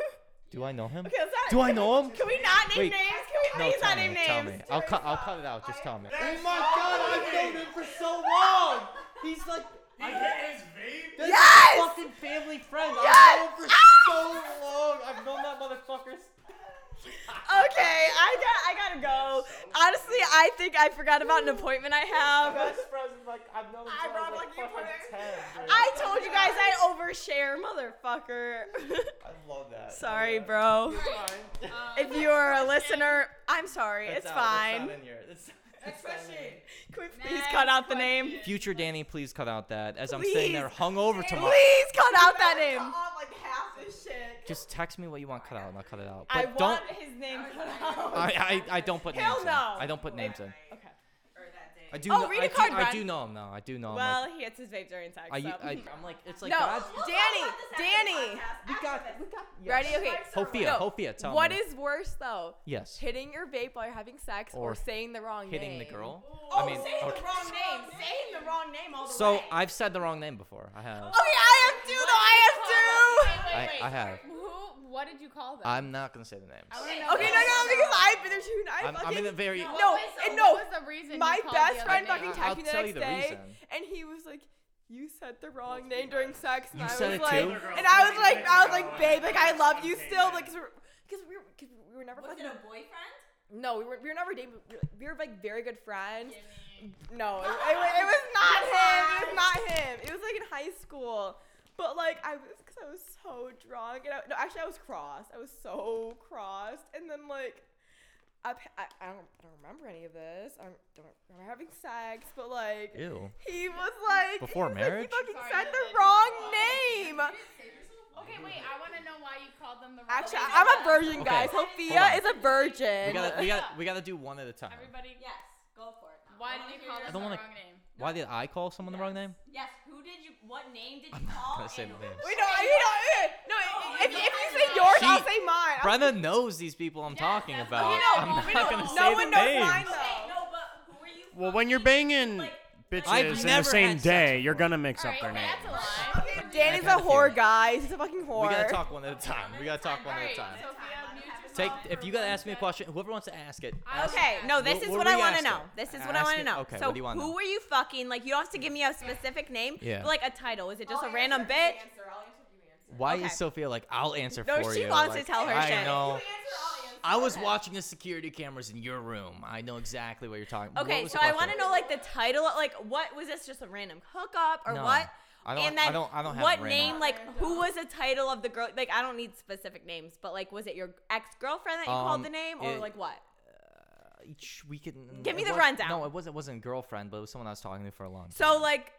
E: Do I know him?
G: Okay, let's not-
E: Do I know him?
G: Can we not name
E: Wait,
G: names? Can we
E: No,
G: please
E: tell
G: not
E: me,
G: name
E: tell
G: names?
E: me. I'll cut. I'll cut it out. Just tell me.
F: Oh my god, I've known him for so long. He's like, I hit his vape.
E: That's
D: Yes!
E: a fucking family friend.
D: Yes!
E: I've known him for
G: Ah!
E: so long. I've known that motherfucker.
G: Okay, I got, I gotta go. Honestly, I think I forgot about an appointment I have.
E: Best friends. Like I've known him since I was like fucking ten.
G: I told you guys I overshare, motherfucker.
E: I love that.
G: sorry, bro. If you are a listener, I'm sorry. It's fine. Can we please cut out the name?
E: Future Danny, please cut out that. As I'm
G: Please.
E: sitting there hungover tomorrow,
G: Please cut out that name.
E: just text me what you want cut out, and I'll cut it out. But
G: I
E: don't.
G: want his name cut out.
E: I, I I don't put
G: Hell
E: names
G: no.
E: in. I don't put names in.
G: Okay.
E: I do.
G: Oh,
E: know,
G: read
E: I
G: a card,
E: do, I
G: Brian.
E: do know him now. I do know him. Like,
G: Well, he hits his vape during sex.
E: I,
G: so.
E: I, I'm like, it's like
G: no,
E: God's
G: Danny, Danny.
E: We got, we got.
D: Ready? Okay.
E: Hofia,
D: No.
E: Hofia, tell
D: What
E: me.
D: is worse though?
E: Yes.
D: Hitting your vape while you're having sex or,
E: Or
D: saying the wrong name?
E: hitting the girl.
G: Oh,
E: I mean,
G: saying
E: okay.
G: the wrong name. Saying the wrong name all the
E: so
G: way.
E: I've said the wrong name before. I have.
D: Oh,
G: Okay, I have two though. I have two.
E: I, I have.
B: Who? What did you call them?
E: I'm not gonna say the names.
B: Okay,
D: Okay, no, no, because I've been there too. And I
E: I'm, I'm
D: fucking
E: in a very.
D: no,
B: What was the-
D: and no,
B: What was the reason? you
D: my
B: called the
D: best
B: other
D: friend
B: name?
D: fucking
E: I'll
D: texted me the
E: tell
D: next
E: you the
D: day,
E: reason.
D: and he was like,
L: you said the wrong name during sex, and
H: You
L: I
H: said
L: was
H: it
L: like,
H: too?
L: and I was like, I was like, babe, like I love you still, like, because we were, cause we were never.
G: Was
L: fucking-
G: it a boyfriend?
L: No, we were we were never dating. but we were- We were like very good friends. No, it, it wa- it was not him. It was not him. It was like in high school. But like I was, cause I was so drunk, and I, no, actually I was crossed. I was so crossed, and then like, I, pa- I, I don't I don't remember any of this. I don't, don't remember having sex, but like,
E: Ew.
L: he was like
E: Before
L: he was, like,
E: marriage?
L: he fucking
B: Sorry,
L: said
B: no,
L: the
B: that is
L: wrong
B: wrong.
L: name.
B: Okay, wait. I want to know why you called them the. Wrong
L: Actually,
B: name.
L: I'm a virgin,
E: Okay,
L: guys.
E: hold
L: Sophia
E: on.
L: is a virgin.
E: We gotta, we gotta, we gotta do one at a time.
B: Everybody.
G: Yes. Go for it.
B: Why did you call
E: I
B: them the
E: don't
B: wrong
E: wanna-
B: name?
E: Why did I call someone the wrong name?
G: Yes. Who did you? What name did you
E: I'm
G: call?
E: gonna say
G: and
E: the
G: who-
E: names.
L: Wait, no, you know, eh, no,
E: Oh
L: if, if you say yours, I'll
E: She-
L: say mine. I'll-
E: Brenna knows these people I'm talking about.
L: we know,
E: I'm
L: we
E: not
L: know.
E: gonna
L: No
E: say the
L: one knows
E: names.
L: mine, though.
G: Okay, no, but who are you?
F: Well, when you're banging
G: I've
F: bitches in the
E: never
F: same
E: had sex
F: day, you're gonna mix up
B: Alright,
F: their names.
B: that's a lie.
L: Danny's
E: I had
L: a
E: a
L: whore,
E: feeling.
L: guys. He's a fucking whore.
E: We gotta talk one at a time. We gotta talk one at a
B: Alright,
E: time.
B: Sophia, mute yourself
E: Take
B: for
E: if you gotta
B: one
E: ask me a
B: sec.
E: question, whoever wants to ask it.
B: I will
D: Okay,
B: ask.
D: no, this
E: What-
D: is
E: what
D: what
E: are
D: I
E: we
D: want to
E: asking?
D: know. This is what I
E: Ask
D: want
E: me-
D: to know.
E: okay,
D: so,
E: what do you wanna
D: who
E: know?
D: were you fucking? Like, you don't have to give me a specific name.
E: Yeah.
D: but, like a title. Is it just a random bitch?
E: Why
D: Okay.
E: is Sophia like, I'll answer
D: No,
E: for
D: she
E: you?
D: wants
E: Like,
D: to tell her
E: I
D: shit.
E: know. I was watching the security cameras in your room. I know exactly what you're talking about.
D: Okay, so I want to know like the title. Like, what was this? Just a random hookup or
E: No,
D: what?
E: I don't-
D: and then
E: I don't- I don't have
D: what
E: random.
D: name? Like, who was the title of the girl? Like, I don't need specific names, but like, was it your ex girlfriend that you
E: Um,
D: called the name, or
E: it-
D: like what?
E: Each weekend.
D: Give me
E: it
D: the
E: wa-
D: rundown.
E: No, it wasn't. It wasn't a girlfriend, but it was someone I was talking to for a long. time.
D: So like,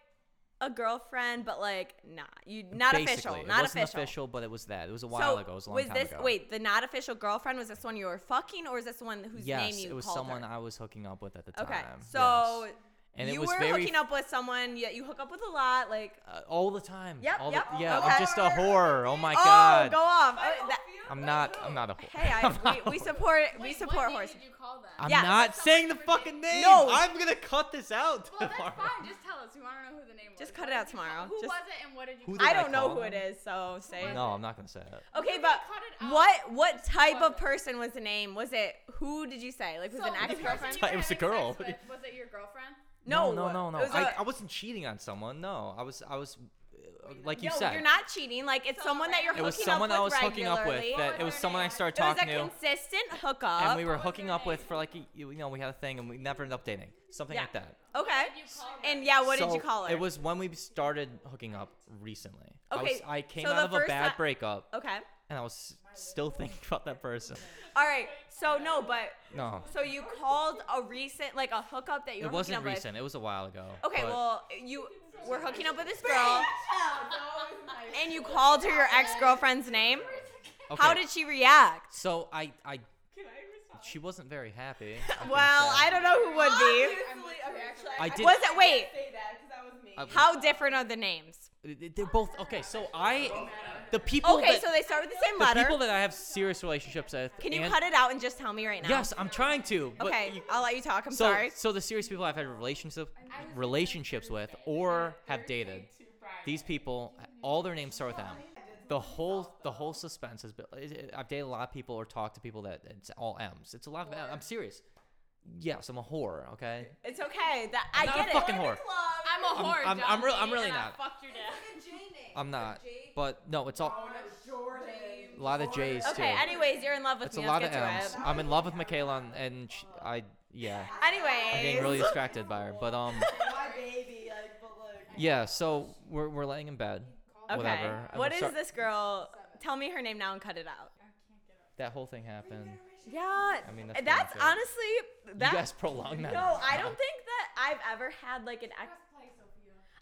D: a girlfriend, but like, nah, you not
E: Basically,
D: official, not
E: it wasn't
D: official.
E: but it was that. It was a while
D: so
E: ago. It was a long
D: was
E: time
D: this
E: ago.
D: wait the not official girlfriend? Was this one you were fucking, or is this one whose
E: yes,
D: name you
E: it was
D: called
E: someone
D: her?
E: I was hooking up with at the time.
D: Okay,
E: yes.
D: so
E: And it
D: you
E: was
D: were
E: very
D: hooking up with someone that you hook up with a lot, like.
E: uh, all the time.
D: Yep,
E: all
D: yep,
E: The, yeah,
D: okay.
E: I'm just a whore. Oh my
D: oh,
E: god.
D: go off! Oh, that-
E: I'm not. I'm not a whore.
D: hey, I, we, we support we
B: Wait,
D: support
B: what name
D: horses.
B: did you call them?
E: I'm
D: yeah.
E: not saying the fucking name.
D: No.
E: I'm gonna cut this out
B: Well, that's
E: tomorrow.
B: fine. Just tell us. We want to know who the name was.
D: Just
B: What
D: cut it out
B: did you call-
D: tomorrow.
B: Who
D: Just-
B: was it and what did you?
E: Who
B: call
E: did
D: I
E: I
D: don't know
E: call
D: who it
E: them?
D: is, so say.
E: No, I'm not gonna say it.
D: Okay,
B: You
D: but
B: cut it out.
D: what what type
B: plug
D: of person was the name? Was it who did you say? Like was it
B: So
D: an
B: the
D: ex girlfriend?
B: person you
E: It
B: were
E: was a
B: having
E: girl.
B: sex with, Was it your girlfriend?
E: no, no, no.
D: it was
E: I,
D: a-
E: I wasn't cheating on someone. No, I was, I was, uh, like you
D: no,
E: said,
D: you're not cheating. Like it's someone that you're
E: it
D: hooking
E: was someone I
D: up
E: was
D: with
E: hooking up with.
D: regularly.
E: That it was someone I started
D: It was
E: talking
D: a
E: to,
D: consistent hookup.
E: and we were hooking up with for like, a- you know, we had a thing, and we never ended up dating, something
D: Yeah.
E: like that.
D: okay. And yeah, what did you call her?
E: It was when we started hooking up recently. I,
D: Okay,
E: was, I came
D: so the
E: out of a
D: first
E: bad
D: ti-
E: breakup,
D: okay.
E: and I was still thinking about that person.
D: All right. So no, but
E: No,
D: so you called a recent like a hookup that you were
E: it
D: hooking
E: wasn't
D: up with.
E: recent. It was a while ago.
D: Okay,
E: but-
D: well, you were hooking up with this girl, and you called her your ex girlfriend's name. How
E: okay,
D: did she react?
E: So I, I. She wasn't very happy. I can
D: Well, I
E: say.
D: don't know who would
E: I
D: be.
E: did.
D: Was it wait?
E: I-
D: How different are the names?
E: They're both okay. So I, the people
D: Okay,
E: that
D: so they start with the same
E: the people
D: letter.
E: that I have serious relationships with.
D: Can you
E: and-
D: cut it out and just tell me right now?
E: Yes, I'm trying to. But
D: Okay,
E: you-
D: I'll let you talk. I'm
E: so,
D: sorry.
E: So the serious people I've had relationships relationships with or have dated, these people, all their names start with M. The whole the whole suspense has been. it- it- I've dated a lot of people or talked to people that it's all M's. It's a lot of M. I'm serious. Yes, I'm a whore. Okay.
D: It's okay. That I
E: not
D: get
E: a
D: it.
E: fucking whore.
B: I'm a
E: I'm-
B: whore.
E: I'm-
B: John
E: I'm real- I'm
B: Wayne,
E: really
B: and
E: not.
B: I fucked your dad.
E: I'm not. But no, it's all
D: Oh,
E: a lot of J's too.
D: Okay. Anyways, you're in love with
E: It's a
D: me.
E: lot of
D: Let's get
E: M's.
D: to it.
E: I'm in love with Michaela, and, and she, I yeah, I'm
D: Anyways.
E: getting really distracted by her. But um,
L: My baby, like, but like.
E: yeah. So we're we're laying in bed.
D: okay.
E: Whatever. and
D: What
E: we're
D: is
E: start-
D: this girl? Tell me her name now and cut it out.
E: That whole thing happened.
D: Yeah.
E: I mean,
D: that's,
E: that's pretty much it.
D: honestly that.
E: you guys prolonged that.
D: No, I don't think that I've ever had like an ex.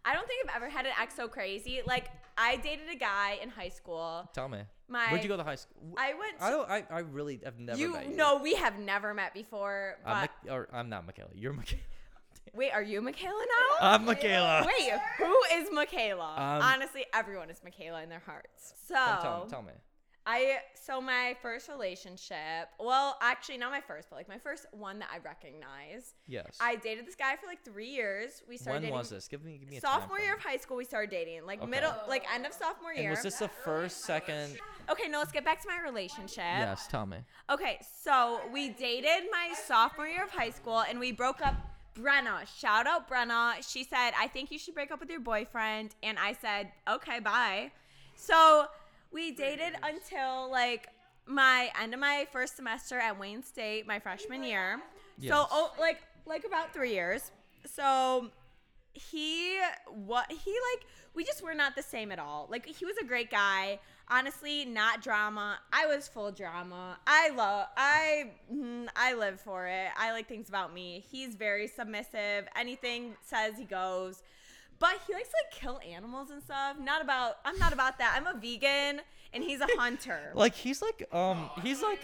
D: I don't think I've ever had an ex so crazy. Like I dated a guy in high school.
E: Tell me.
D: My
E: Where'd you go to high school?
D: I went. To,
E: I don't. I, I really have never
D: you,
E: met you.
D: no, we have never met before. Uh, But
E: I'm, Mik- or, I'm not Michaela. You're Michaela.
D: wait, are you Michaela now?
E: I'm Michaela.
D: wait, who is Michaela?
E: Um,
D: Honestly, everyone is Michaela in their hearts. So
E: Come tell me. Tell me.
D: I so my first relationship. Well, actually, not my first, but like my first one that I recognize.
E: Yes.
D: I dated this guy for like three years. We started
E: when
D: dating
E: was this? Give me. Give me a time
D: sophomore year
E: frame.
D: of high school. We started dating like
E: Okay.
D: middle, like end of sophomore year.
E: And was this the first, second?
D: okay, no, let's get back to my relationship.
E: Yes. Tell me.
D: Okay, so we dated my sophomore year of high school, and we broke up Brenna, shout out Brenna. She said, I think you should break up with your boyfriend. And I said, okay, bye. So we dated until like my end of my first semester at Wayne State, my freshman year. So
H: Yes.
D: oh, like like about three years. So he what he like we just were not the same at all. Like he was a great guy. Honestly, not drama. I was full drama. I love I mm, I live for it. I like things about me. He's very submissive. Anything says he goes. But he likes to like kill animals and stuff. Not about I'm not about that. I'm a vegan and he's a hunter.
E: Like he's like um he's
D: Oh,
E: like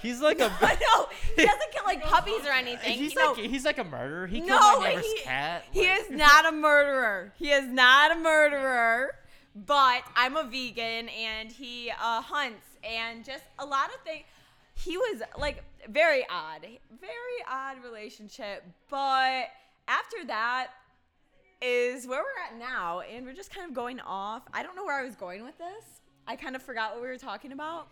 E: he's like a
D: I know. He doesn't kill like puppies or anything.
E: he's
D: no,
E: like he's like a murderer. He killed
D: no,
E: my neighbor's
D: he,
E: cat.
D: he
E: like-
D: is not a murderer. He is not a murderer. But I'm a vegan and he uh, hunts and just a lot of things. He was like very odd, very odd relationship. But after that is where we're at now, and we're just kind of going off. I don't know where I was going with this. I kind of forgot what we were talking about.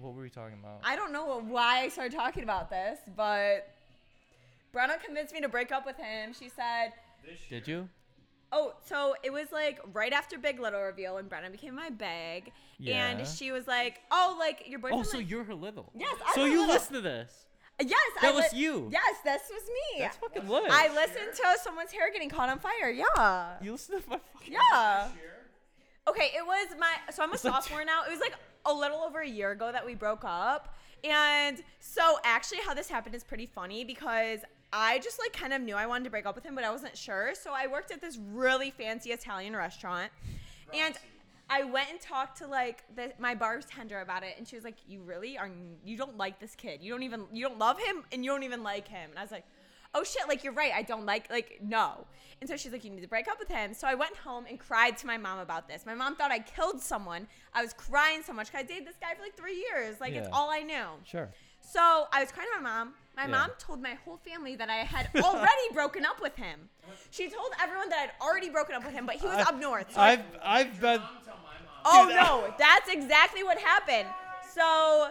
E: What were we talking about?
D: I don't know what- why I started talking about this, but Brenna convinced me to break up with him. She said,
E: Did you?
D: Oh, so it was like right after Big Little reveal and Brenna became my big.
E: Yeah.
D: And she was like, Oh, like your boyfriend.
M: Oh, so
D: like-
M: you're her little.
D: Yes, I'm
M: So
D: her
M: you
D: little.
M: listen to this.
D: Yes, I
M: That was you.
D: Yes, this was me.
M: That's fucking lit.
D: I listened to someone's hair getting caught on fire. Yeah.
E: You listen to my fucking
D: Yeah. Okay, it was my so I'm a
E: It's like-
D: sophomore now. It was like a little over a year ago that we broke up. And so actually how this happened is pretty funny because I just like kind of knew I wanted to break up with him, but I wasn't sure. So I worked at this really fancy Italian restaurant. And I went and talked to like the, my bartender about it, and she was like, "You really are? You don't like this kid. You don't even you don't love him, and you don't even like him." And I was like, "Oh shit! Like you're right. I don't like like no." And so she's like, "You need to break up with him." So I went home and cried to my mom about this. My mom thought I killed someone. I was crying so much 'cause I dated this guy for like three years. Like it's
E: Yeah.
D: all I knew.
E: Sure.
D: So I was crying to my mom. My
E: Yeah.
D: mom told my whole family that I had already broken up with him. She told everyone that I'd already broken up with him, but he was
E: I-
D: up north. So I
E: I've I've been
D: Oh
E: Dude, I-
D: no, that's exactly what happened. So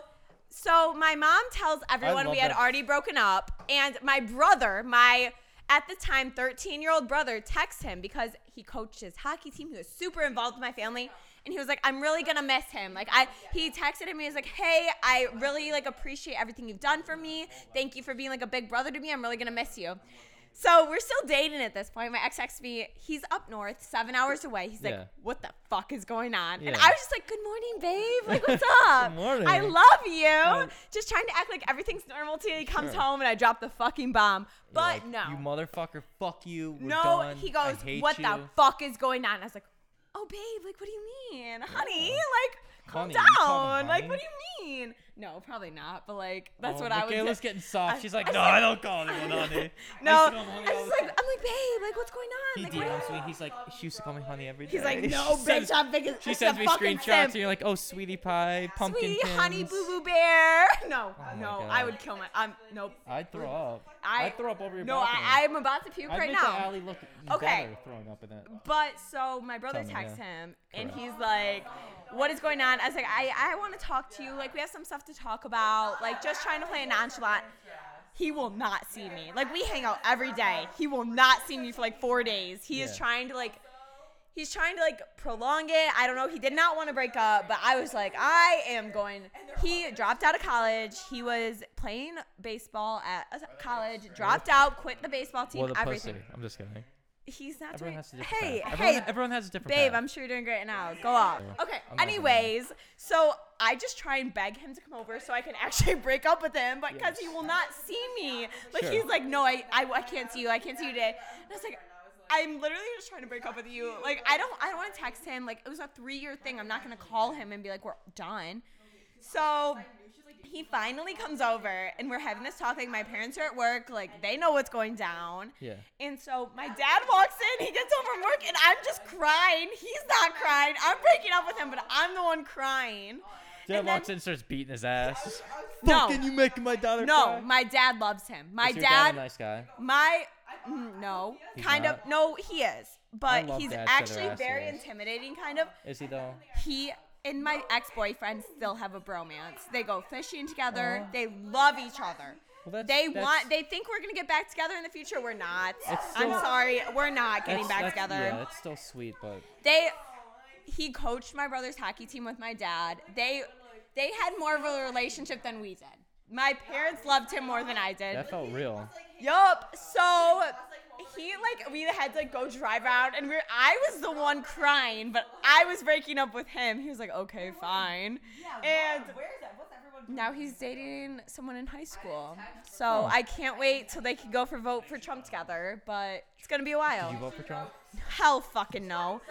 D: so my mom tells everyone
E: love
D: we had
E: that.
D: already broken up and my brother, my at the time 13-year-old brother texts him because he coached his hockey team. He was super involved with my family and he was like I'm really going to miss him. Like I he texted him he was like, "Hey, I really like appreciate everything you've done for me. Thank you for being like a big brother to me. I'm really going to miss you." So we're still dating at this point. My ex texts me. He's up north, seven hours away. He's
E: Yeah.
D: like, "What the fuck is going on?" And
E: Yeah.
D: I was just like, "Good morning, babe. Like, what's up?
E: morning.
D: I love you." just trying to act like everything's normal till he comes
E: Sure.
D: home and I drop the fucking bomb.
E: You're
D: But
E: like,
D: no,
E: You motherfucker, fuck you. We're
D: no.
E: done.
D: He
E: I
D: goes,
E: hate
D: "What the
E: you."
D: fuck is going on?" And I was like, "Oh, babe. Like, what do you mean, honey? Like." Calm
E: Honey, you call him
D: down. Like, what
E: honey?
D: do you mean? No, probably not. But like, that's
E: Oh,
D: what I would.
E: Michaela's
D: say.
E: getting soft.
D: I-
E: She's like,
D: I
E: no,
D: said-
E: I don't call anyone honey.
D: No,
E: I
D: I'm
E: said, "I'm honey all
D: just
E: the
D: like, I'm like, babe, like, what's going on?
E: He
D: Like, what do you
E: DMs me. He's like, she used to call me honey every day.
D: He's like,
E: She
D: no, bitch,
E: sends-
D: I'm big as
E: She
D: it's
E: sends
D: a
E: me
D: fucking
E: screenshots,
D: simp.
E: and you're like, oh, sweetie pie, pumpkin.
D: Sweetie, honey, boo boo bear. No,
E: Oh my
D: no,
E: God.
D: I would kill my. I'm nope.
E: I'd throw up.
D: I-
E: I'd throw up over your
D: No,
E: balcony.
D: I, I'm about to puke
E: I'd
D: right
E: make the
D: now.
E: alley look
D: Okay.
E: better throwing up in it.
D: But so my brother
E: Tell me,
D: texts
E: yeah.
D: him and
E: Correct.
D: he's like, What is going on? I was like, I, I want to talk to you. Like, we have some stuff to talk about. Like, just trying to play it nonchalant. He will not see me. Like, we hang out every day. He will not see me for like four days. He is
H: Yeah.
D: trying to like, he's trying to like prolong it. I don't know. He did not want to break up, but I was like, I am going. He dropped out of college. He was playing baseball at a college, dropped out, quit the baseball team,
E: What a
D: everything.
E: pussy. I'm just kidding.
D: He's not
E: Everyone
D: doing.
E: has a different
D: hey,
E: path.
D: hey,
E: Everyone- everyone has a different
D: Babe,
E: path.
D: I'm sure you're doing great now. Go off.
E: Yeah.
D: Okay.
E: I'm not gonna-
D: anyways, so I just try and beg him to come over so I can actually break up with him, but because he will not see me. Like
H: Sure.
D: he's like, no, I, I, I can't see you. I can't see you today. And I was like. I'm literally just trying to break up with you. Like I don't I don't want to text him. Like it was a 3-year thing. I'm not going to call him and be like we're done. So he finally comes over and we're having this talk like my parents are at work, like they know what's going down.
E: Yeah.
D: And so my dad walks in, he gets home from work, and I'm just crying. He's not crying. I'm breaking up with him, but I'm the one crying.
E: Dad walks in and starts beating his ass.
D: No.
E: Fucking you making my daughter
D: No,
E: cry?
D: my dad loves him. My
E: Is your dad,
D: dad,
E: a nice guy.
D: my mm, no,
E: He's
D: kind
E: not?
D: of no, he is, but
E: love
D: he's
E: dads that are
D: actually very
E: assholes.
D: intimidating, kind of.
E: Is he though?
D: He and my ex-boyfriend still have a bromance. They go fishing together.
E: Aw.
D: They love each other.
E: Oh. Well, that's-
D: they
E: that's-
D: want. They think we're gonna get back together in the future. We're not.
E: It's
D: I'm
E: still-
D: sorry. We're not getting
E: That's-
D: back
E: that's-
D: together.
E: Yeah, that's still sweet, but
D: They he coached my brother's hockey team with my dad. They they had more of a relationship than we did. My parents loved him more than I did.
E: that felt real.
D: Yup. So he like we had to go drive out and we are I was the one crying, but I was breaking up with him. He was like, "Okay, fine." And
G: where's that? What's everyone?
D: now he's dating someone in high school. So I can't wait till they can go for vote for Trump together, but it's going to be a while.
E: Did you vote for Trump?
D: Hell fucking no.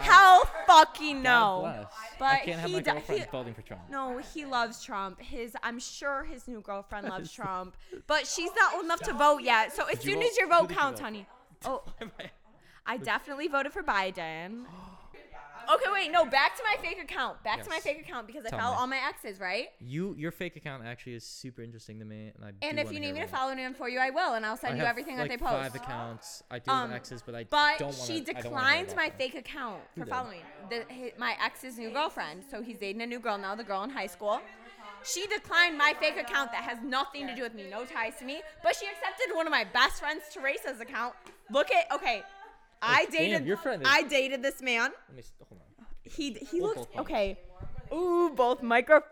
D: Hell fucking
E: God
D: no.
E: bless. I
D: But
E: can't have
D: he,
E: my
D: do-
E: girlfriend
D: he
E: voting for Trump.
D: no, he loves Trump. His I'm sure his new girlfriend loves Trump, but she's not old enough to vote yet. So as
E: you
D: soon
E: vote-
D: as your
E: who
D: vote
E: did you
D: counts,
E: vote
D: honey. Oh. I definitely voted for Biden. Okay, wait, no, back to my fake account. Back to my
E: Yes.
D: fake account because I
E: Tell
D: follow
E: me.
D: all my exes, right?
E: You your fake account actually is super interesting to me, and I.
D: And if you need me to follow them for you, I will, and I'll send
E: I
D: you
E: have,
D: everything
E: like
D: that they post.
E: Five accounts. I do have
D: Um,
E: exes, but I
D: But
E: don't want.
D: she declined my fake account
E: Who
D: for
E: did?
D: following the, hi my ex's new girlfriend. So he's dating a new girl now, the girl in high school. She declined my fake account that has nothing to do with me, no ties to me. But she accepted one of my best friends, Teresa's account. Look at okay, I
E: Oh, damn,
D: dated
E: your friend is-
D: I dated this man.
E: Let me s- hold on.
D: He he
E: Oh,
D: looks
E: both mics.
D: okay. Ooh, both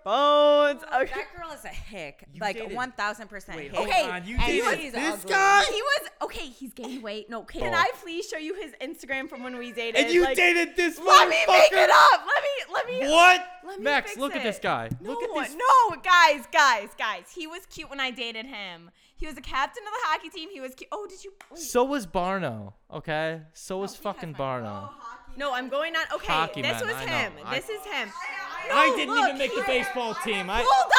D: microphones. Okay.
G: That girl is a hick.
E: You
G: like
E: dated-
G: one thousand percent hick.
D: Okay,
E: on, you
G: and
E: dated
G: she's
E: this Oh.
G: ugly.
D: He was okay. He's gained weight. No, can I please show you his Instagram from when we dated?
E: And you
D: Like,
E: dated this
D: Let me make it
E: motherfucker?
D: up. Let me let me.
E: What?
D: Let me
E: Max,
D: fix
E: look at
D: it.
E: this guy.
D: No,
E: look at this.
D: no, guys, guys, guys. He was cute when I dated him. He was a captain of the hockey team. He was cute. Oh, did you? Wait.
E: So was Barno. Okay. So was fucking Barno.
D: no, I'm going on. Okay,
E: Hockey
D: this
E: man,
D: was
E: I know.
D: him.
E: I-
D: this is him.
E: I
D: No,
E: didn't
D: look,
E: even make the
D: he-
E: baseball team. I.
D: Hold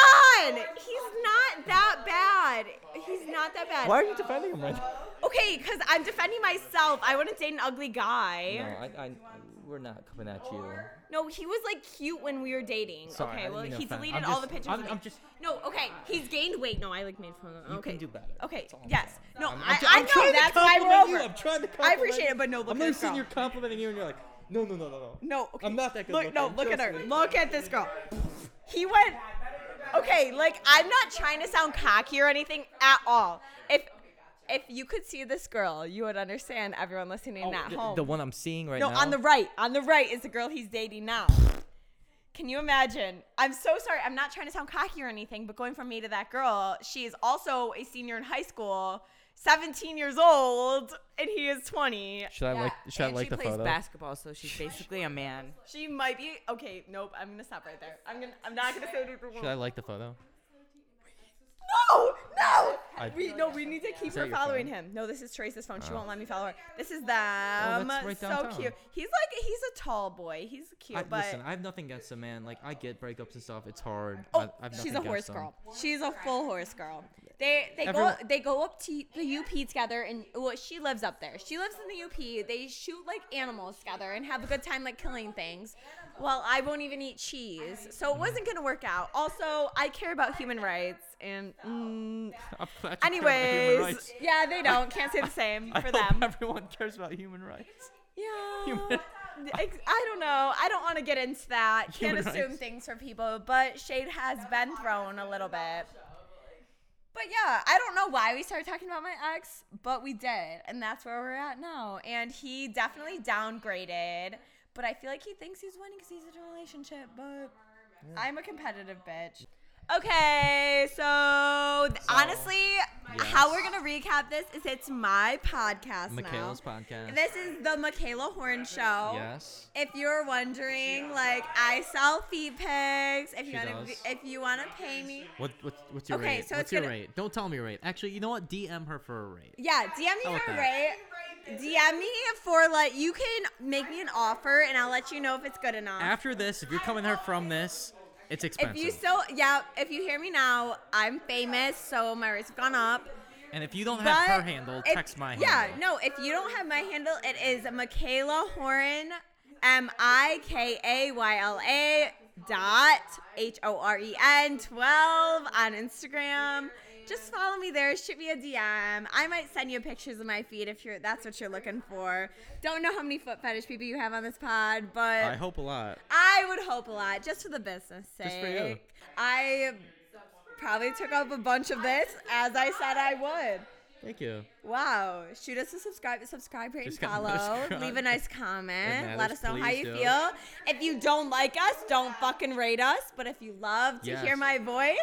D: on. He's not that bad. He's not that bad.
E: Why are you defending him right now?
D: Okay, because I'm defending myself. I wouldn't date an ugly guy.
E: No, I, I, we're not coming at you.
D: No, he was like cute when we were dating.
E: Sorry, I
D: okay,
E: didn't
D: well
E: mean to
D: he
E: offend.
D: deleted
E: I'm
D: all
E: just-
D: the pictures.
E: I'm-
D: of me.
E: I'm just-
D: No, okay, he's gained weight. No, I like made fun of. him.
E: You
D: Okay,
E: can do better.
D: Okay,
E: That's all I'm
D: yes.
E: saying.
D: No,
E: I'm- I'm
D: i
E: tr-
D: I
E: I'm
D: know
E: trying to
D: that's why
E: compliment
D: we're
E: you.
D: over.
E: I'm trying to
D: I
E: compliment
D: appreciate it, but no, look
E: I'm
D: at
E: not
D: this
E: sitting
D: girl.
E: here complimenting you, and you're like, no, no, no, no, no.
D: No, okay.
E: I'm not that good.
D: Look, no,
E: looking,
D: look at her.
E: trust me.
D: Look at this girl. He went. Okay, like I'm not trying to sound cocky or anything at all. If if you could see this girl, you would understand. Everyone listening
E: Oh,
D: at
E: the,
D: home.
E: the one I'm seeing right
D: no,
E: now.
D: on the right. On the right is the girl he's dating now. Can you imagine? I'm so sorry. I'm not trying to sound cocky or anything, but going from me to that girl, she is also a senior in high school, 17 years old, and he is 20.
E: Should I like? Should I
G: and
E: like
G: she
E: the
G: plays
E: photo?
G: basketball, so she's basically a man.
D: She might be okay. Nope. I'm gonna stop right there. I'm gonna. I'm not gonna say the
E: Should I like the photo?
D: No, no.
E: I-
D: we no. We need to keep
E: that
D: her
E: your
D: following
E: phone?
D: him. No, this is Trace's phone. She
E: Oh.
D: won't let me follow her. This is them.
E: that's right
D: so
E: downtown.
D: cute. He's like he's a tall boy. He's cute,
E: I,
D: but
E: listen, I have nothing against a man. Like I get breakups and stuff. It's hard.
D: oh,
E: I, I've
D: she's
E: nothing
D: a
E: against
D: horse
E: them.
D: girl. She's a full horse girl. They they go
E: Everyone-
D: they go up to the UP together, and well, she lives up there. She lives in the UP. They shoot like animals together and have a good time like killing things. Well, I won't even eat cheese, so it wasn't gonna work out. Also, I care about human rights, and mm,
E: I'm glad you care about human
D: anyways,
E: rights.
D: yeah, they don't. Can't say the same
E: I
D: for
E: hope
D: them.
E: Everyone cares about human rights.
D: Yeah.
E: Human-
D: Ex- I don't know. I don't want to get into that. Can't
E: Human
D: assume
E: rights.
D: things for people, but shade has been thrown a little bit. But yeah, I don't know why we started talking about my ex, but we did. And that's where we're at now. And he definitely downgraded, but I feel like he thinks he's winning because he's in a relationship, but I'm a competitive bitch. Okay, so, th- honestly, how we're going to recap this is it's my podcast now.
E: Michaela's podcast.
D: This is the Michaela Horn Show.
E: Yes.
D: If you're wondering, like I sell feed pigs. If you
E: She
D: wanna,
E: does.
D: if you wanna pay me,
E: What, what what's your
D: Okay,
E: rate?
D: so
E: what's
D: it's
E: your
D: gonna-
E: rate? Don't tell me your rate. Actually, you know what? DM her for a rate.
D: yeah, DM
E: How
D: me
E: about
D: her
E: that?
D: rate. DM me for like you can make me an offer and I'll let you know if it's good enough.
E: After this, if you're coming here from this, it's
D: if
E: expensive.
D: you still, yeah, if you hear me now, I'm famous, so my rates have gone up.
E: and if you don't have her
D: But
E: handle,
D: if-
E: text my
D: yeah,
E: handle.
D: no, if you don't have my handle, it is Michaela Horan, M I K A Y L A dot H O R E N 12 on Instagram. Just follow me there. Shoot me a DM. I might send you pictures of my feet if you're that's what you're looking for. Don't know how many foot fetish people you have on this pod, but
E: I hope a lot.
D: I would hope a lot, just for the business sake.
E: Just for you.
D: I Probably took up a bunch of this as I said I would.
E: Thank you.
D: Wow. Shoot us a subscribe, subscribe, rate, and
E: Just gotta let us
D: follow.
E: cry.
D: Leave a nice comment.
E: It
D: Let
E: matters,
D: us know how
E: please
D: you
E: do.
D: feel. If you don't like us, don't fucking rate us. But if you love to hear
E: Yes.
D: my voice,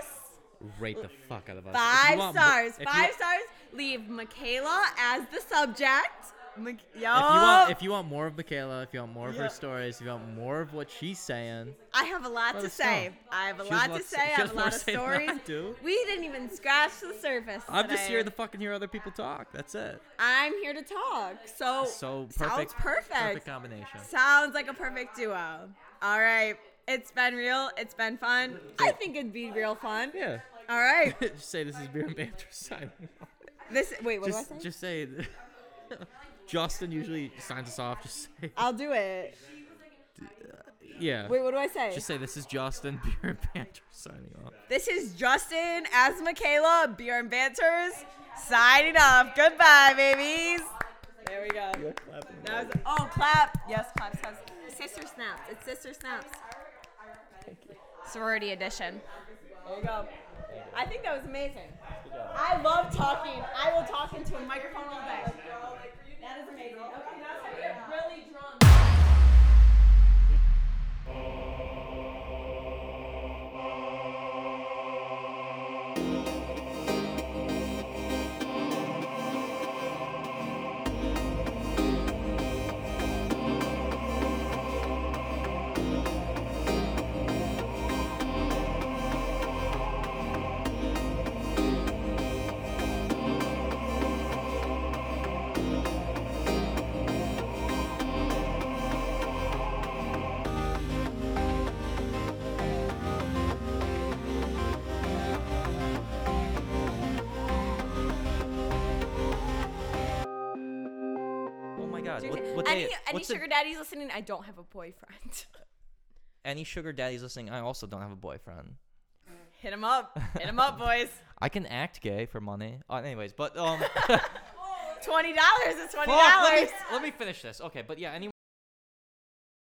E: Rate the fuck out of us. If you
D: five
E: want mo-
D: stars.
E: if you-
D: Five stars. Leave Michaela as the subject. Mik- Yo.
E: If you want, if you want more of Michaela, if you want more of her
D: Yup.
E: stories, if you want more of what she's saying,
D: I have a lot
E: Let
D: to
E: us know.
D: say. I have a
E: She has
D: lot
E: a lot
D: to
E: to say-
D: say. I
E: she has
D: have a
E: more
D: lot
E: to
D: of
E: say than I
D: stories.
E: do.
D: We didn't even scratch the surface.
E: I'm just
D: today.
E: here to fucking hear other people talk. That's it.
D: I'm here to talk. So,
E: So
D: sounds
E: perfect-
D: perfect.
E: Oh, perfect combination.
D: Sounds like a perfect duo. All right. It's been real. It's been fun. I think it'd be real fun.
E: Yeah.
D: All right.
E: just say this is beer and banter signing. off.
D: This wait, what
E: just,
D: do I say?
E: Just say. Justin usually signs us off. Just say,
D: I'll do it.
E: yeah.
D: Wait, what do I say?
E: Just say this is Justin beer and banter signing off.
D: This is Justin as Michaela, Beer and Banters, signing off. Goodbye, babies. There we go. That was, oh, clap. Yes, clap. clap. Sister snaps. It's sister snaps.
P: Sorority edition.
D: There you go. I think that was amazing. I love talking. I will talk into a microphone all day. That is amazing. Okay, now it's time to get really drunk.
E: Oh my God! What, what
P: any
E: day?
P: any
E: what's the-
P: sugar daddies listening? I don't have a boyfriend.
E: any sugar daddies listening? I also don't have a boyfriend.
D: Hit him up. Hit him up, boys.
E: I can act gay for money. Uh, anyways, but um.
D: Twenty dollars is twenty
E: Fuck, let,
D: dollars.
E: me, let me finish this. Okay, but yeah, any